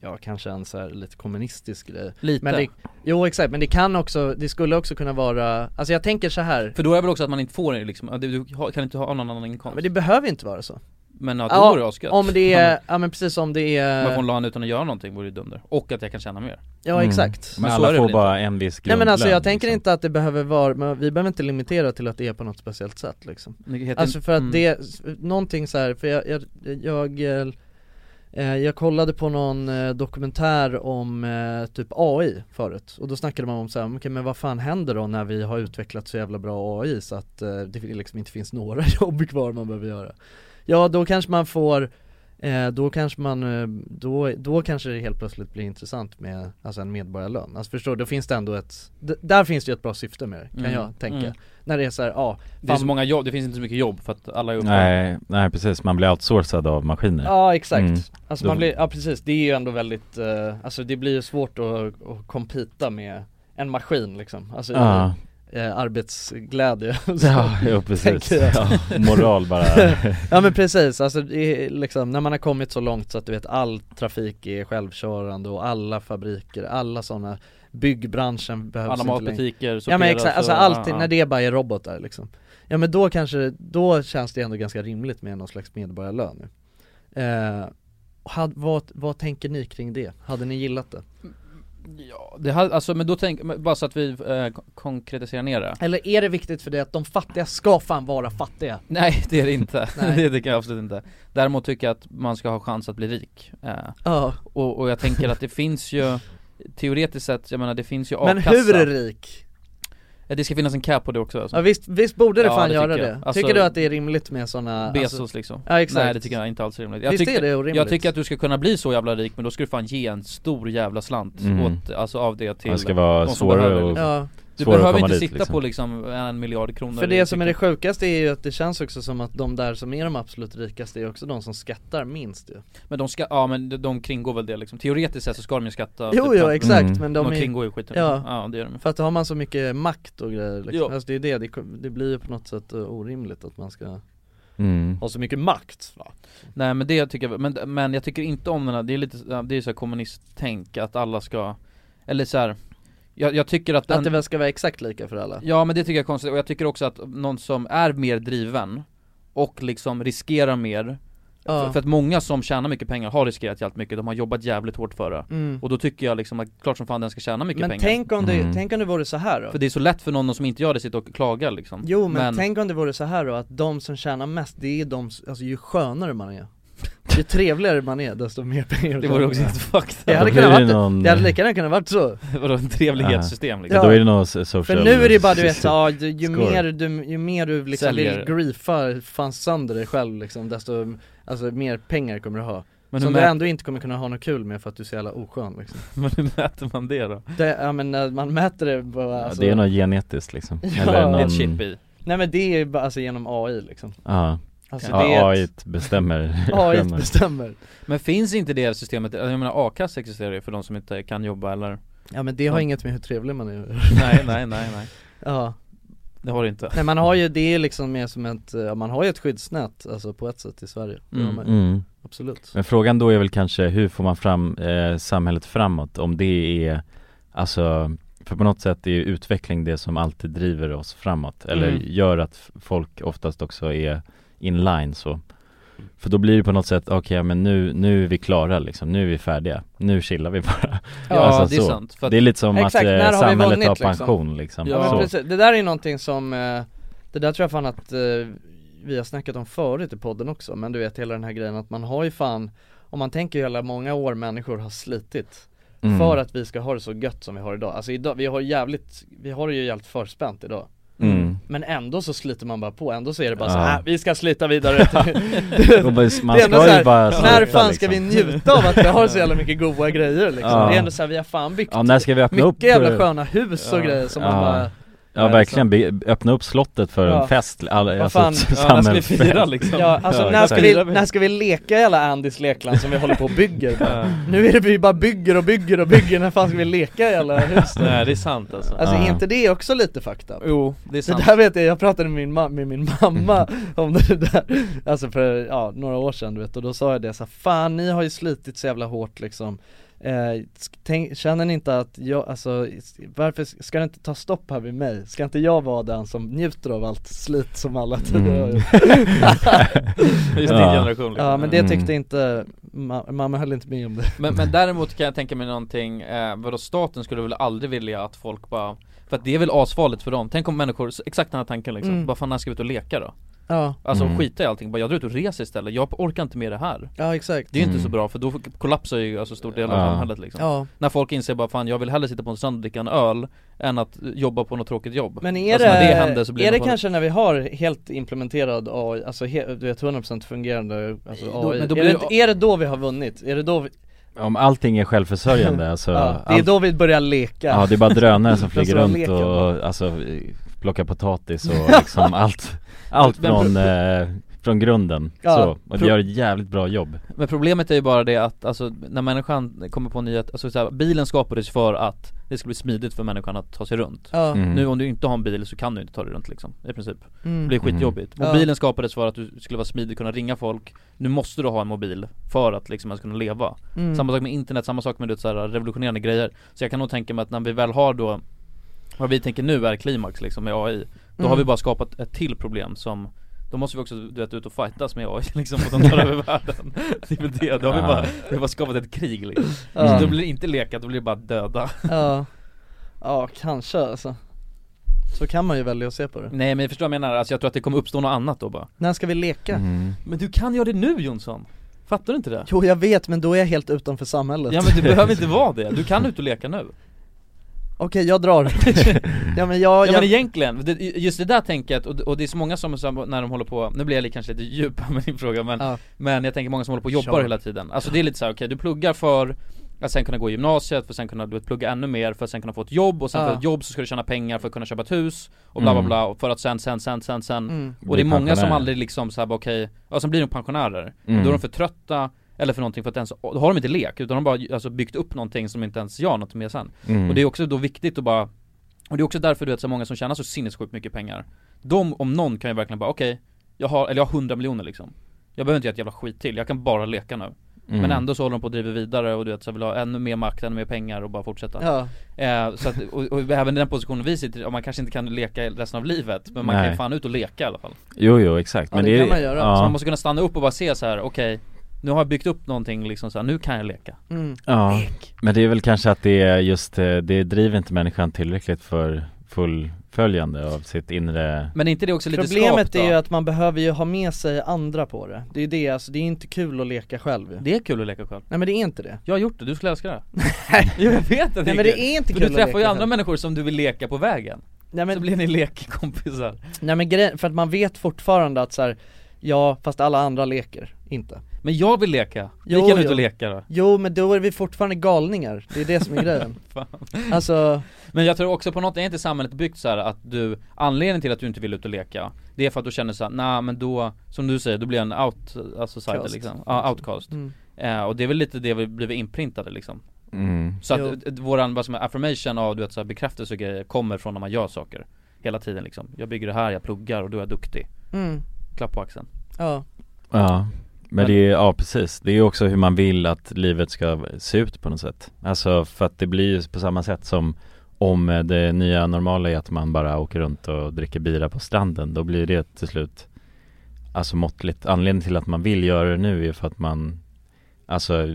Ja kanske en så här lite kommunistisk grej
Lite
Men det, jo exakt, men det kan också, det skulle också kunna vara, alltså jag tänker så här
För då är väl också att man inte får det liksom, du du har- kan inte ha någon annan inkomst
Men
Men,
det behöver inte vara så
ja, då
Ja,
vore det eh, asgött
Om det är, ja men precis om det är
Man får en lön utan att göra någonting vore ju dunder, och att jag kan tjäna mer
Ja
Mm.
exakt
Men
så är
alla
det
får
väl
bara en viss
Nej
grundlön
men alltså jag tänker
liksom.
inte att det behöver vara, men vi behöver inte limitera till att det är på något speciellt sätt liksom
Det heter-
Alltså för att
mm.
det, någonting så här, för jag, jag, jag, eh, jag kollade på någon eh, dokumentär om eh, typ AI förut och då snackade man om så här, okej men vad fan händer då när vi har utvecklat så jävla bra AI så att eh, det liksom inte finns några jobb kvar man behöver göra Ja då kanske man får Eh, då kanske man, eh, då, då kanske det helt plötsligt blir intressant med, alltså en medborgarlön. Alltså förstår du, då finns det ändå ett, d- där finns det ju ett bra syfte med det, kan
Mm.
jag tänka.
Mm.
När det är så här, ja,
Det är så många jobb, det finns inte så mycket jobb för att alla är uppe
Nej, nej precis, man blir outsourcad av maskiner
Ja exakt,
Mm.
alltså
Då-
man blir, ja precis det är ju ändå väldigt, eh, alltså det blir ju svårt att, att kompita med en maskin liksom, alltså
Ja,
i, eh, arbetsglädje och så.
ja, ja precis,
tänker jag.
ja, moral bara
Ja men precis, alltså det är liksom när man har kommit så långt så att du vet all trafik är självkörande och alla fabriker, alla sådana, byggbranschen behövs
Alla
inte längre
matbutiker,
Ja men
sorteras
exakt, alltså
och-
allting,
ja,
när det bara är robotar liksom Ja men då kanske, då känns det ändå ganska rimligt med någon slags medborgarlön nu eh, had, vad, vad tänker ni kring det? Hade ni gillat det?
ja. det hade, alltså men då tänk, men bara så att vi eh, kon- konkretiserar ner det
Eller är det viktigt för dig att de fattiga ska fan vara fattiga?
Nej det är det inte,
Nej.
det tycker jag absolut inte Däremot tycker jag att man ska ha chans att bli rik eh,
Ja,
och, och jag tänker att det finns ju Teoretiskt sett, jag menar det finns ju
men
a-kassa
hur rik?
Ja, Det ska finnas en cap på det också alltså.
Ja, visst, visst borde det
Ja,
fan
det
göra
tycker
det?
jag. Alltså-
tycker du att det är rimligt med sådana
Bezos liksom
ja alltså, exakt
Nej det tycker jag inte alls är rimligt jag
Visst är
tycker,
det orimligt?
Jag tycker att du ska kunna bli så jävla rik men då ska du fan ge en stor jävla slant
Mm.
åt, alltså av det till
Man ska vara
de som
svårare
behöver,
och
liksom.
Ja,
Du
svårare att
behöver
komma
inte
dit,
sitta
liksom.
på liksom en miljard kronor
för det
i
som är det
fickan.
sjukaste är ju att det känns också som att de där som är de absolut rikaste är också de som skattar minst ju
Men de ska, ja men de- de kringgår väl det liksom Teoretiskt sett så ska de ju skatta
Jo
typ
jo
knappt.
exakt
Mm.
men
De,
de, är,
kringgår ju skiten
Ja.
ja. ja det gör de ju.
För att då har man så mycket makt och grejer liksom.
Ja.
alltså det är det, det, kom- det blir ju på något sätt eh, orimligt att man ska
mm.
ha så mycket makt va?
Nej men det tycker jag, men, men jag tycker inte om den här, det är lite, det är så här kommunisttänk att alla ska Eller så här. Jag, jag tycker att
Att det
den,
väl ska vara exakt lika för alla?
ja men det tycker jag är konstigt och jag tycker också att någon som är mer driven och liksom riskerar mer För, för att många som tjänar mycket pengar har riskerat jävligt mycket, de har jobbat jävligt hårt för det
Mm.
Och då tycker jag liksom att klart som fan den ska tjäna mycket
Men
pengar
tänk om, det,
Mm.
tänk om det vore så här då?
För det är så lätt för någon som inte gör det sitta och klaga liksom
Jo men, tänk om det vore så här då, att de som tjänar mest, det är de, s- alltså ju skönare man är Ju trevligare man är, desto mer pengar
Det vore
tjänar
också
man.
helt fucked
Det
up.
hade
Då blir
kunnat
det
varit
någon-
det, det hade lika gärna kunnat varit så
Vadå, ett trevlighetssystem liksom?
Då är det någon so-
För
social
nu är det ju bara du vet, ja, ju, ju,
Score.
mer du, ju mer du liksom
Säljer.
vill griefa fan sönder dig själv liksom, desto alltså, mer pengar kommer du ha
Men hur,
Som du
mä-
ändå inte kommer kunna ha något kul med för att du är så jävla oskön liksom.
men hur mäter man det då?
det, ja, men när man mäter det bara,
ja,
alltså,
Det är något genetiskt liksom
Ja.
Eller
Det
någon,
är ett chip i
Nej men det är ju bara alltså, genom AI liksom
ja,
Alltså det
ja
är
AI
ett,
bestämmer
AI
skärmen.
bestämmer
Men finns inte det systemet, Alltså, jag menar a-kassa existerar ju för de som inte kan jobba eller?
Ja men det har
Ja.
inget med hur trevlig man är
Nej nej nej nej,
Ja,
det har det inte
nej man har ju, det är liksom mer som ett, ja, man har ju ett skyddsnät alltså på ett sätt i Sverige Det har
Mm,
man ju.
Mm.
Absolut
Men frågan då är väl kanske hur får man fram eh, samhället framåt om det är Alltså för på något sätt är ju utveckling det som alltid driver oss framåt eller
Mm.
gör att f- folk oftast också är in line så För då blir det på något sätt, okej men nu, nu är vi klara liksom, nu är vi färdiga, nu chillar vi bara
Ja det
Alltså,
är
så.
sant, för att,
Det är lite som
Exakt, när
att
har
eh,
vi
samhället
vunnit,
har
liksom?
pension liksom,
Ja.
Ja, men
så
precis, det där är ju någonting som, eh, det där tror jag fan att eh, vi har snackat om förut i podden också, men du vet hela den här grejen att man har ju fan, om man tänker hur jävla många år människor har slitit
Mm.
för att vi ska ha det så gött som vi har idag, alltså idag, vi har jävligt, vi har det ju jävligt förspänt idag
mm.
men ändå så sliter man bara på, ändå så är det bara
Ja.
så här, "Äh, vi ska slita vidare
Och bara- Man
Det är ändå så
ska
här,
ju bara sluta,
När fan ska vi
liksom.
njuta av att vi har så jävla mycket goda grejer liksom?
Ja.
Det är ändå så här, vi har fan byggt
Ja när ska vi öppna
mycket
upp? eh,
jävla sköna hus och grejer som man
Ja.
bara
Ja verkligen, Be- öppna upp slottet för
liksom. Ja.
en fest, all, alltså
fan.
ett
ja, när ska vi
samhällsfest
fira liksom?
Ja, alltså
Ja,
när, ska
exakt.
vi, när ska vi leka i alla Andys lekland som vi håller på och bygger?
Ja.
Nu är det vi bara bygger och bygger och bygger, när fan ska vi leka i alla hus? då?
Nej det är sant alltså
Alltså är
Ja.
inte det också lite fucked up?
Jo, det är
Det
sant
där vet jag, jag pratade med min, ma- med min mamma om det där, alltså för ja, några år sedan du vet, och då sa jag det så här, fan ni har ju slitit så jävla hårt liksom eh, sk- tänk, Känner ni inte att jag, alltså s- varför s- ska det inte ta stopp här vid mig? Ska inte jag vara den som njuter av allt slit som alla tidigare har
Mm.
gjort?
Just din
Ja.
generation liksom.
Ja men det
Mm.
tyckte inte, ma- mamma höll inte med om det
men, men däremot kan jag tänka mig någonting, eh, vadå staten skulle väl aldrig vilja att folk bara För att det är väl asfarligt för dem, tänk om människor, exakt den här tanken liksom,
Mm.
bara fan när ska vi ut och leka då?
Ja,
Alltså
Mm.
skita i allting, bara jag drar ut och reser istället, jag orkar inte med det här
ja exakt
Det är ju inte
Mm.
så bra för då kollapsar ju alltså stor del av
Ja.
samhället liksom
Ja,
När folk inser bara fan jag vill hellre sitta på en strand och dricka en öl än att jobba på något tråkigt jobb
men är
alltså,
det,
när det händer så blir
är det
något-
kanske när vi har helt implementerad AI, alltså he, du vet 100% fungerande alltså
Då-
AI,
men då
är,
blir
det,
det-
är det då vi har vunnit? Är det då vi,
Om allting är självförsörjande alltså,
liksom? ja, det är
allt,
då vi börjar leka
ja det är bara drönare som flyger
Alltså,
runt
leken.
och alltså, eh, plockar potatis och liksom allt, allt
Men-
från, eh, från grunden
Ja.
så, och det gör ett jävligt bra jobb
Men problemet är ju bara det att alltså, när människan kommer på nya, alltså så här, bilen skapades för att det ska bli smidigt för människan att ta sig runt
Ja,
Mm.
Nu om du inte har en bil så kan du inte ta dig runt liksom, i princip Det
mm.
blir skitjobbigt
Mm.
Mobilen skapades för att du skulle vara smidig, kunna ringa folk Nu måste du ha en mobil för att liksom ens kunna leva
Mm.
Samma sak med internet, samma sak med du vet, så här, revolutionerande grejer Så jag kan nog tänka mig att när vi väl har då Vad vi tänker nu är klimax liksom med AI Då har
Mm.
vi bara skapat ett till problem som då måste vi också du vet ut och fightas med AI liksom och de tar över världen Det är väl det, då har vi
Ja.
bara, vi har bara skapat ett krig liksom
ja,
Så då blir det inte leka, då blir det bara döda
ja, ja kanske alltså Så kan man ju välja att se på det
Nej men jag förstår vad jag menar, alltså jag tror att det kommer uppstå något annat då bara
När ska vi leka?
mm.
Men du kan göra det nu Jonsson! Fattar du inte det?
Jo jag vet men då är jag helt utanför samhället
Ja men du behöver inte vara det, du kan ut och leka nu
Okej jag drar Ja men jag,
Ja
jag
men egentligen, det- just det där tänket och, och det är så många som, som när de håller på, nu blir jag kanske lite djup här med din fråga men,
Ja.
men jag tänker många som håller på och jobbar
Kör.
hela tiden Alltså det är lite så här: okej du pluggar för att sen kunna gå i gymnasiet, för att sen kunna du vet, plugga ännu mer, för att sen kunna få ett jobb och sen
Ja.
för ett jobb så ska du tjäna pengar för att kunna köpa ett hus och bla bla
Mm.
bla och för att sen, sen, sen, sen, sen
mm.
Och det är
Bli
många som
pensionär.
aldrig liksom såhär bara okej, ja som blir de pensionärer
Mm.
Då är de för trötta eller för någonting för att ens, då har de inte lek utan de har bara alltså, byggt upp någonting som inte ens gör något med sen
Mm.
och det är också då viktigt att bara Och det är också därför du vet så många som tjänar så sinnessjukt mycket pengar De om någon kan ju verkligen bara okej Jag har, eller jag har 100 miljoner liksom Jag behöver inte göra ett jävla skit till, jag kan bara leka nu
Mm.
Men ändå så håller de på och driver vidare och du vet så vill ha ännu mer makt, ännu mer pengar och bara fortsätta
Ja,
Eh, så att, och, och även i den positionen vi sitter i, ja, man kanske inte kan leka resten av livet Men man
Nej.
kan ju fan ut och leka i alla fall
Jo jo exakt
Ja,
men
det
det,
kan man göra.
Så
ja,
man måste kunna stanna upp och bara se så här: okej Nu har jag byggt upp någonting liksom så här, nu kan jag leka
mm.
ja. Men det är väl kanske att det är just, eh, det driver inte människan tillräckligt för fullföljande av sitt inre
Men är inte det också lite
Problemet
skapt,
är ju
då?
att man behöver ju ha med sig andra på det Det är ju det, alltså det är inte kul att leka själv ju.
Det är kul att leka själv
Nej men det är inte det
Jag har gjort det, du skulle älska det Jo jag vet att det
Nej men det är inte kul
För du
att leka
träffar ju andra
själv.
människor som du vill leka på vägen
Nej
Men så
men,
blir ni lekkompisar
nej, men grejen, för att man vet fortfarande att så här, ja fast alla andra leker inte
Men jag vill leka, vi
Jo,
kan ut
jo.
och leka då
Jo men då är vi fortfarande galningar, det är det som är grejen Alltså,
Men jag tror också på något, är inte samhället byggt så här att du, anledningen till att du inte vill ut och leka Det är för att du känner såhär, nej men då, som du säger, då blir jag en out, alltså sider
Cast.
liksom, ja outcast
mm.
eh, Och det är väl lite det vi blivit inprintade liksom
mm.
Så att
Jo.
eh, våran, vad som är affirmation av du vet så här, bekräftelse och grejer kommer från när man gör saker Hela tiden liksom, jag bygger det här, jag pluggar och då är jag duktig
Mm.
Klapp på axeln
ja,
Ja, men det är, ja precis. Det är ju också hur man vill att livet ska se ut på något sätt. Alltså för att det blir ju på samma sätt som om eh, det nya normala är att man bara åker runt och dricker bira på stranden, då blir det till slut alltså måttligt. Anledningen till att man vill göra det nu är för att man alltså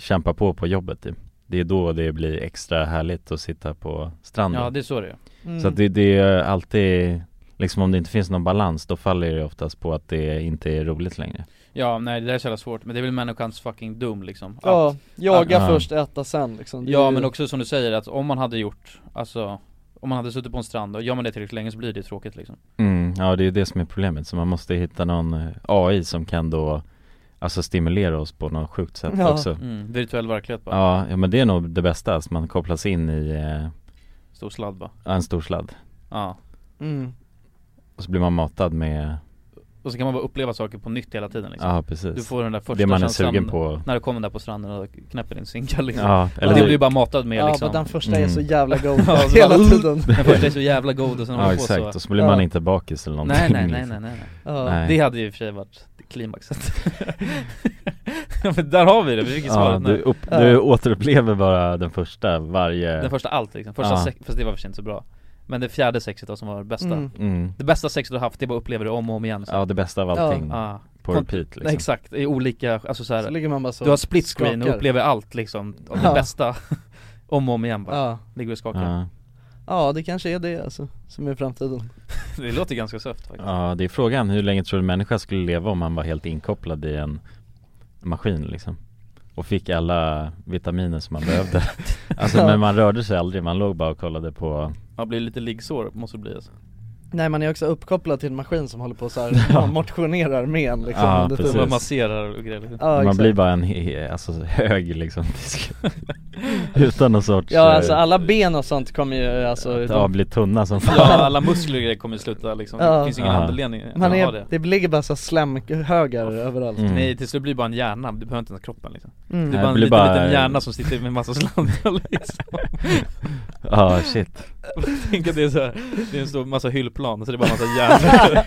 kämpar på på jobbet. typ. Det är då det blir extra härligt att sitta på stranden.
Ja det är så det är
mm.
Så att det, det är alltid, liksom om det inte finns någon balans, då faller det oftast på att det inte är roligt längre.
Ja nej det där är så jävla svårt, men det är väl människans fucking dum liksom Att-
Ja, jaga
Ja.
först, äta sen liksom Det är
Ja
ju-
men också som du säger att om man hade gjort, alltså om man hade suttit på en strand och gör man det tillräckligt länge så blir det tråkigt liksom
Mm, ja det är det som är problemet, så man måste hitta någon eh, AI som kan då Alltså stimulera oss på något sjukt sätt
Ja.
också
mm. Virtuell verklighet bara,
ja, ja men det är nog det bästa, att man kopplas in i eh,
stor sladd bara
en stor sladd
Ja
mm.
Och så blir man matad med,
Och så kan man bara uppleva saker på nytt hela tiden liksom.
ja
Du
precis
får den där första
Det man är
känslan
sugen på
När du kommer där på stranden och knäpper din sinka liksom
Ja,
Eller
eller
det
du,
blir bara matad med
Ja
liksom
men den första är
Mm.
så jävla god
Ja, så
hela
bara-
tiden
Den första är så jävla god och sen håller
ja
du på
exakt,
så
och så blir
Ja.
man inte bakis eller någonting
nej, nej nej
liksom.
nej nej nej
ja.
Nej.
Det hade ju i och för sig varit klimaxet Ja, men där har vi det, vi fick ju
Ja,
svaret
du,
nu
upp, du återupplever bara den första varje
Den första allt liksom, första
Ja.
sex, fast det var för sig inte så bra Men det fjärde sexet då som var det bästa
Mm.
mm.
Det bästa sexet du har haft, det är bara att uppleva det om och om igen så.
Ja det bästa av
Ja.
allting,
Ja.
på repeat liksom
Nej, exakt, i olika, alltså så här,
Så ligger man bara så
Du har split screen
skakar.
och upplever allt liksom, av det
Ja.
bästa Om och om igen bara,
ja.
ligger och skakar
ja.
ja, det kanske är det alltså, som är framtiden
Det låter ganska söft faktiskt
Ja, det är frågan. Hur länge tror du en människa skulle leva om han var helt inkopplad i en maskin liksom? Och fick alla vitaminer som man behövde. Alltså men man rörde sig aldrig, man låg bara och kollade på
Man blir lite liggsår, måste det bli alltså.
Nej man är också uppkopplad till en maskin som håller på så här, man motionerar med en liksom
Ja,
under
precis.
tiden.
Man masserar och grejer liksom.
ja,
Man
exakt.
blir bara en he- alltså, hög liksom till slut. Utan någon sorts
Ja alltså
eh,
alla ben och sånt kommer ju alltså,
att ja,
de,
bli tunna som fan
Ja, alla muskler och grejer kommer sluta liksom,
Ja.
det finns ingen
Ja.
anledning att
man
ha
är, det
det
ligger bara så slemhögar överallt
Mm.
Nej till slut blir det bara en hjärna, du behöver inte ens kroppen liksom.
Mm.
Du är
Nej,
bara
det
en
blir
liten,
bara-
liten hjärna som sitter med massa sladdar liksom
Ja shit
Tänk att det är så här, det är en stor massa hyllplan, så det är bara massa hjärnor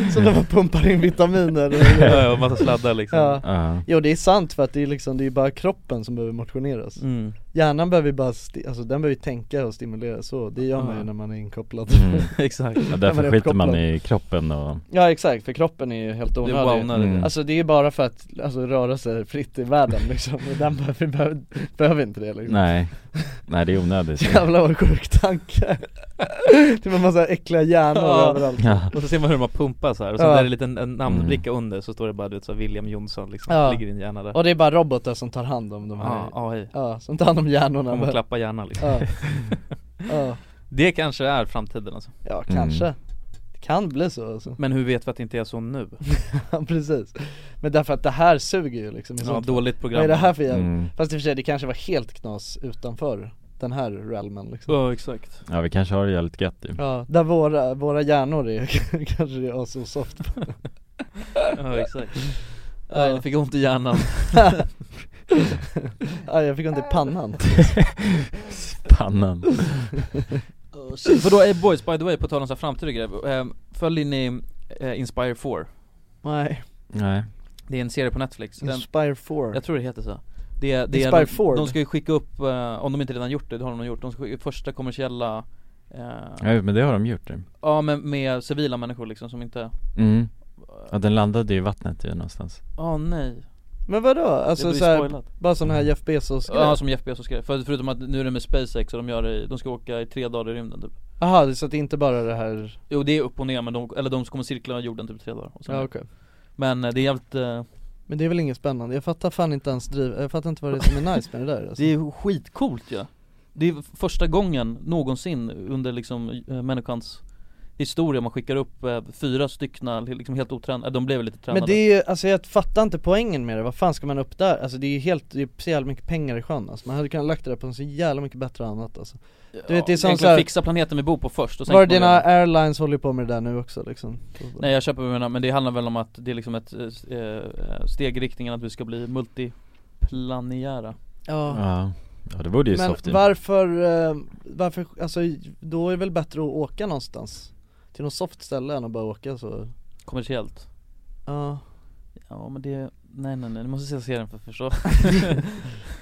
Mm.
Så de pumpar in vitaminer
Ja, ja, och massa sladdar liksom
ja.
Ja, Mm.
Jo det är sant för att det är liksom, det är bara kroppen som behöver motioneras
Mm.
Hjärnan behöver ju bara, sti- alltså den behöver ju tänka och stimulera så, det gör man ju
Ja.
när man är inkopplad
mm.
Exakt
ja
men det
därför
är
skiter man
uppkopplad.
i kroppen och
Ja exakt, för kroppen är ju helt
Det är bara
onödig
onödigt
Mm.
Alltså det är ju bara för att alltså, röra sig fritt i världen liksom, och den behöver, behöver, behöver inte det liksom
Nej, nej det är onödigt
Jävlar vad sjuk tanke! Typ en massa äckliga hjärnor
Ja.
överallt
ja.
Och så ser man hur man pumpar så här och så
Ja.
där är det en liten en namnbricka
Mm.
under så står det bara du vet så här, William Jonsson liksom,
Ja.
ligger i din hjärna där
Och det är bara robotar som tar hand om de här
Ja, AI,
Ja, som tar hand om hjärnorna
kommer klappa hjärnan liksom
ja. ja,
Det kanske är framtiden alltså
ja kanske Det kan bli så alltså,
Men hur vet vi att det inte är så nu?
ja precis Men därför att det här suger ju liksom i
Ja,
sånt fall.
dåligt program
Vad är det här för jävla
Mm.
Fast i och för sig, det kanske var helt knas utanför den här realmen liksom
Ja exakt
ja vi kanske har det jävligt gött ju
Ja, där våra, våra hjärnor är kanske det är så soft
Ja exakt Nej jag
Ja.
fick ont i hjärnan
Aj, jag fick ont i pannan
Pannan
För då, eh, boys by the way, på tal om så här ehm, framtida grejer, eh, följer ni eh, Inspire 4?
Nej
Nej
Det är en serie på Netflix den,
Inspire 4
Jag tror det heter så det, är- det är
Inspire
de,
Ford.
de ska ju skicka upp, eh, om de inte redan gjort det, det har de nog gjort, de ska skicka upp första kommersiella eh,
Ja men det har de gjort det.
Ja men med civila människor liksom som inte,
Mm. Ja den landade i vattnet ju någonstans.
åh nej
Men vadå?
Det
Alltså
blir
såhär,
spoilat
bara sån här Jeff Bezos
Ja som Jeff Bezos skrev, För, förutom att nu är det med SpaceX och de gör det, i- de ska åka i tre dagar i rymden typ
Aha, det- så att det inte bara det här,
Jo det är upp och ner men de, eller de kommer cirkla jorden typ tre dagar och sen,
ja okej
Men eh, det är jävligt, eh,
Men det är väl inget spännande, jag fattar fan inte ens driv, jag fattar inte vad det är som är nice med det där alltså.
det är skitcoolt ju ja. Det är första gången någonsin under liksom eh, människans historia man skickar upp eh, fyra styckna liksom helt otränade, eh, de blev väl lite tränade
Men det är ju, alltså jag fattar inte poängen med det, vad fan ska man upp där? Alltså det är ju helt, det är så jävla mycket pengar i sjön alltså. Man hade kunnat lagt det där på en så jävla mycket bättre annat alltså du vet, det är som
egentligen
så här-
fixa planeten vi bor på först och sen
Var
kan man
dina
göra-
airlines håller ju på med det där nu också liksom
Nej jag köper vad du menar, men det handlar väl om att det är liksom ett eh, s- eh, steg i riktningen att vi ska bli multiplanejära
Ja,
Ja. Ja det vore ju
Ah. Men
soft ju.
varför, eh, varför, alltså då är det väl bättre att åka någonstans? Till något soft ställe än att bara åka så,
kommersiellt
ja,
Ja men det, nej nej nej, du måste se serien för att förstå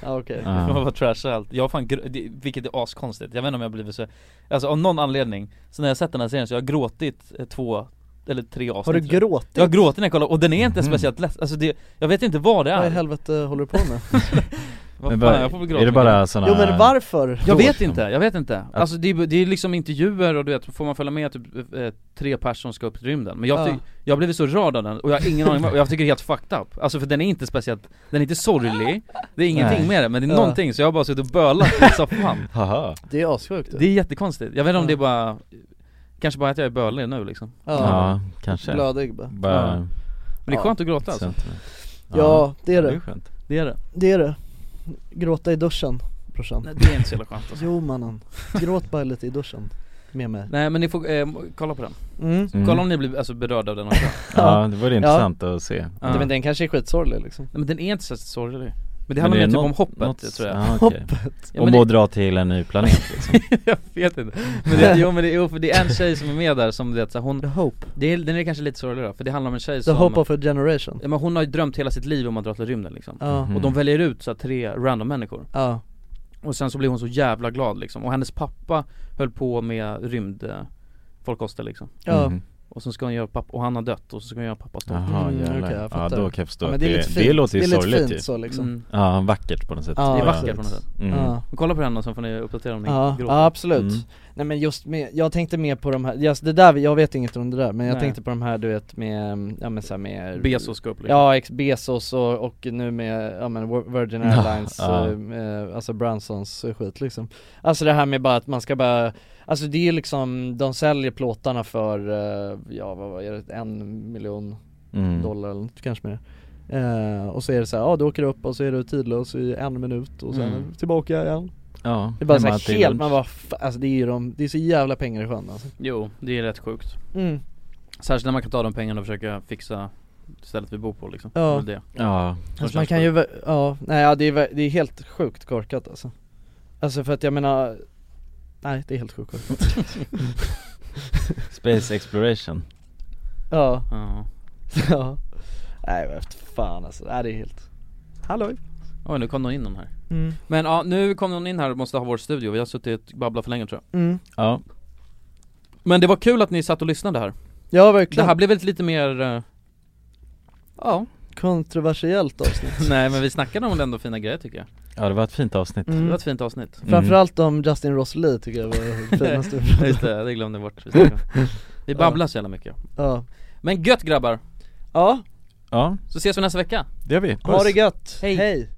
ja okej
Ja.
Man bara trashar allt, jag har fan gr- det, vilket är askonstigt, jag vet inte om jag blivit så Alltså av någon anledning, så när jag sett den här serien så har jag gråtit eh, två, eller tre avsnitt
Har du
tror jag.
gråtit?
Jag har gråtit när jag kollar och den är inte
Mhm.
speciellt lätt, alltså det, jag vet inte vad det
Vad i
är
helvete håller du på med?
Vad
Men
fan,
bara-
jag får väl gråta
är det
mycket.
bara såna
jo men varför?
Jag
Då
vet
liksom.
inte, jag vet inte. Alltså det är, det är liksom intervjuer och du vet, får man följa med typ eh, tre personer som ska upp i rymden. Men jag, ty-
Ja.
jag har blivit så rörd av den och jag har ingen aning vad- och jag tycker det är helt fucked up. Alltså för den är inte speciellt, den är inte sorglig, det är ingenting
Nej.
med det men det är
Ja.
någonting så jag har bara suttit och bölat alltså, i soffan.
Haha.
Det är assjukt
Det är jättekonstigt, jag vet inte om
typ. Ja.
det är bara, kanske bara att jag är bölig nu liksom.
Ja,
Ja, kanske.
glödägg bara
Bara
Men det
Ja.
är skönt att gråta alltså,
sentiment.
Ja, det är
det
det,
är skönt.
det är det.
det är det Gråta i duschen, brorsan
Nej, det är inte så jävla skönt alltså.
Jo mannen, gråt bara lite i duschen med mig
Nej men ni får eh, kolla på den.
mm.
Mm.
Kolla om ni blir alltså, berörda av den också.
Ja det vore intressant att se.
Ja.
Men den kanske är skitsorglig liksom
Nej, men den är inte så sorglig. Men det
Men
handlar
är
mer typ
något-
om hoppet
något-
tror jag.
ah, okej.
Ja,
Om
men det-
att dra till en ny planet liksom.
Jag vet inte, men det, jo men det, jo, för det är en tjej som är med där som du vet så här, hon,
The hope,
det är, den är kanske lite sorglig då, för det handlar om en tjej
the
som
hope of a generation
ja, men hon har ju drömt hela sitt liv om att dra till rymden liksom
Ja,
Mhm.
Och de väljer ut så här, tre random människor,
ja,
och sen så blir hon så jävla glad liksom, och hennes pappa höll på med rymd eh, folkkoster liksom
ja
Mhm.
Och sen ska hon göra pappa, och han har dött, och så ska hon göra pappas dotter
Jaha
Mm,
jävlar.
okej, jag
ja
fattar.
då kan jag förstå
Ja, men
att
det är
det,
lite
det
fint.
låter ju
det är lite
sorgligt
fint
ju
så liksom
mm.
Ja vackert på något sätt
Ja,
Det är
ja.
vackert på något sätt
Mm.
Ja,
Men Kolla på den och sen får ni uppdatera om ni
ja,
gråter
ja absolut.
Mm.
Nej men just med, jag tänkte mer på de här, just det där, jag vet inget om det där men jag
Nej.
tänkte på de här du vet med, mm, ja men så här med
Bezos går upp liksom.
Ja, ex Bezos och, och nu med, ja men Virgin Airlines,
Ja.
eh, eh, alltså Bransons eh, skit liksom Alltså det här med bara att man ska bara, alltså det är ju liksom, de säljer plåtarna för, eh, ja vad var det, en miljon
Mm.
dollar eller något, kanske mer Eh, och så är det så här, ja du åker upp och så är du tidlös i en minut och sen
Mm.
tillbaka igen
Ja,
Det är bara
hemma
såhär
till
helt,
lunch.
man bara, fa- alltså det är ju de, det är så jävla pengar i sjön alltså
Jo, det är rätt sjukt
mm.
Särskilt när man kan ta de pengarna och försöka fixa stället vi bor på liksom
Ja.
Det är väl det.
Ja,
Alltså man
känns
kan
sjukt.
ju, ver- ja, nej ja, det, är, ver- det är helt sjukt korkat alltså Alltså för att jag menar, nej det är helt sjukt korkat
Space Exploration
Ja,
Ja
ja Nej vad fan alltså, nej det är helt Halloj
Oj nu kom någon in någon här
mm.
Men ja, nu kom någon in här och måste ha vår studio, vi har suttit och babblat för länge tror jag
Mm.
Ja,
Men det var kul att ni satt och lyssnade här
Ja
Det
verkligen,
här blev väl lite mer eh, Ja,
kontroversiellt avsnitt
nej men vi snackade om ändå fina grejer tycker jag
ja det var ett fint avsnitt
Det var
mm.
ett fint avsnitt
Framförallt om Justin Rosalie tycker jag var det finaste
Ja, Just det, det glömde jag bort Vi snackade om. Vi babblar så jävla mycket
Ja,
Men gött grabbar,
ja
Ja,
så ses vi nästa vecka
det gör vi,
ha det gött,
Hej.
hej.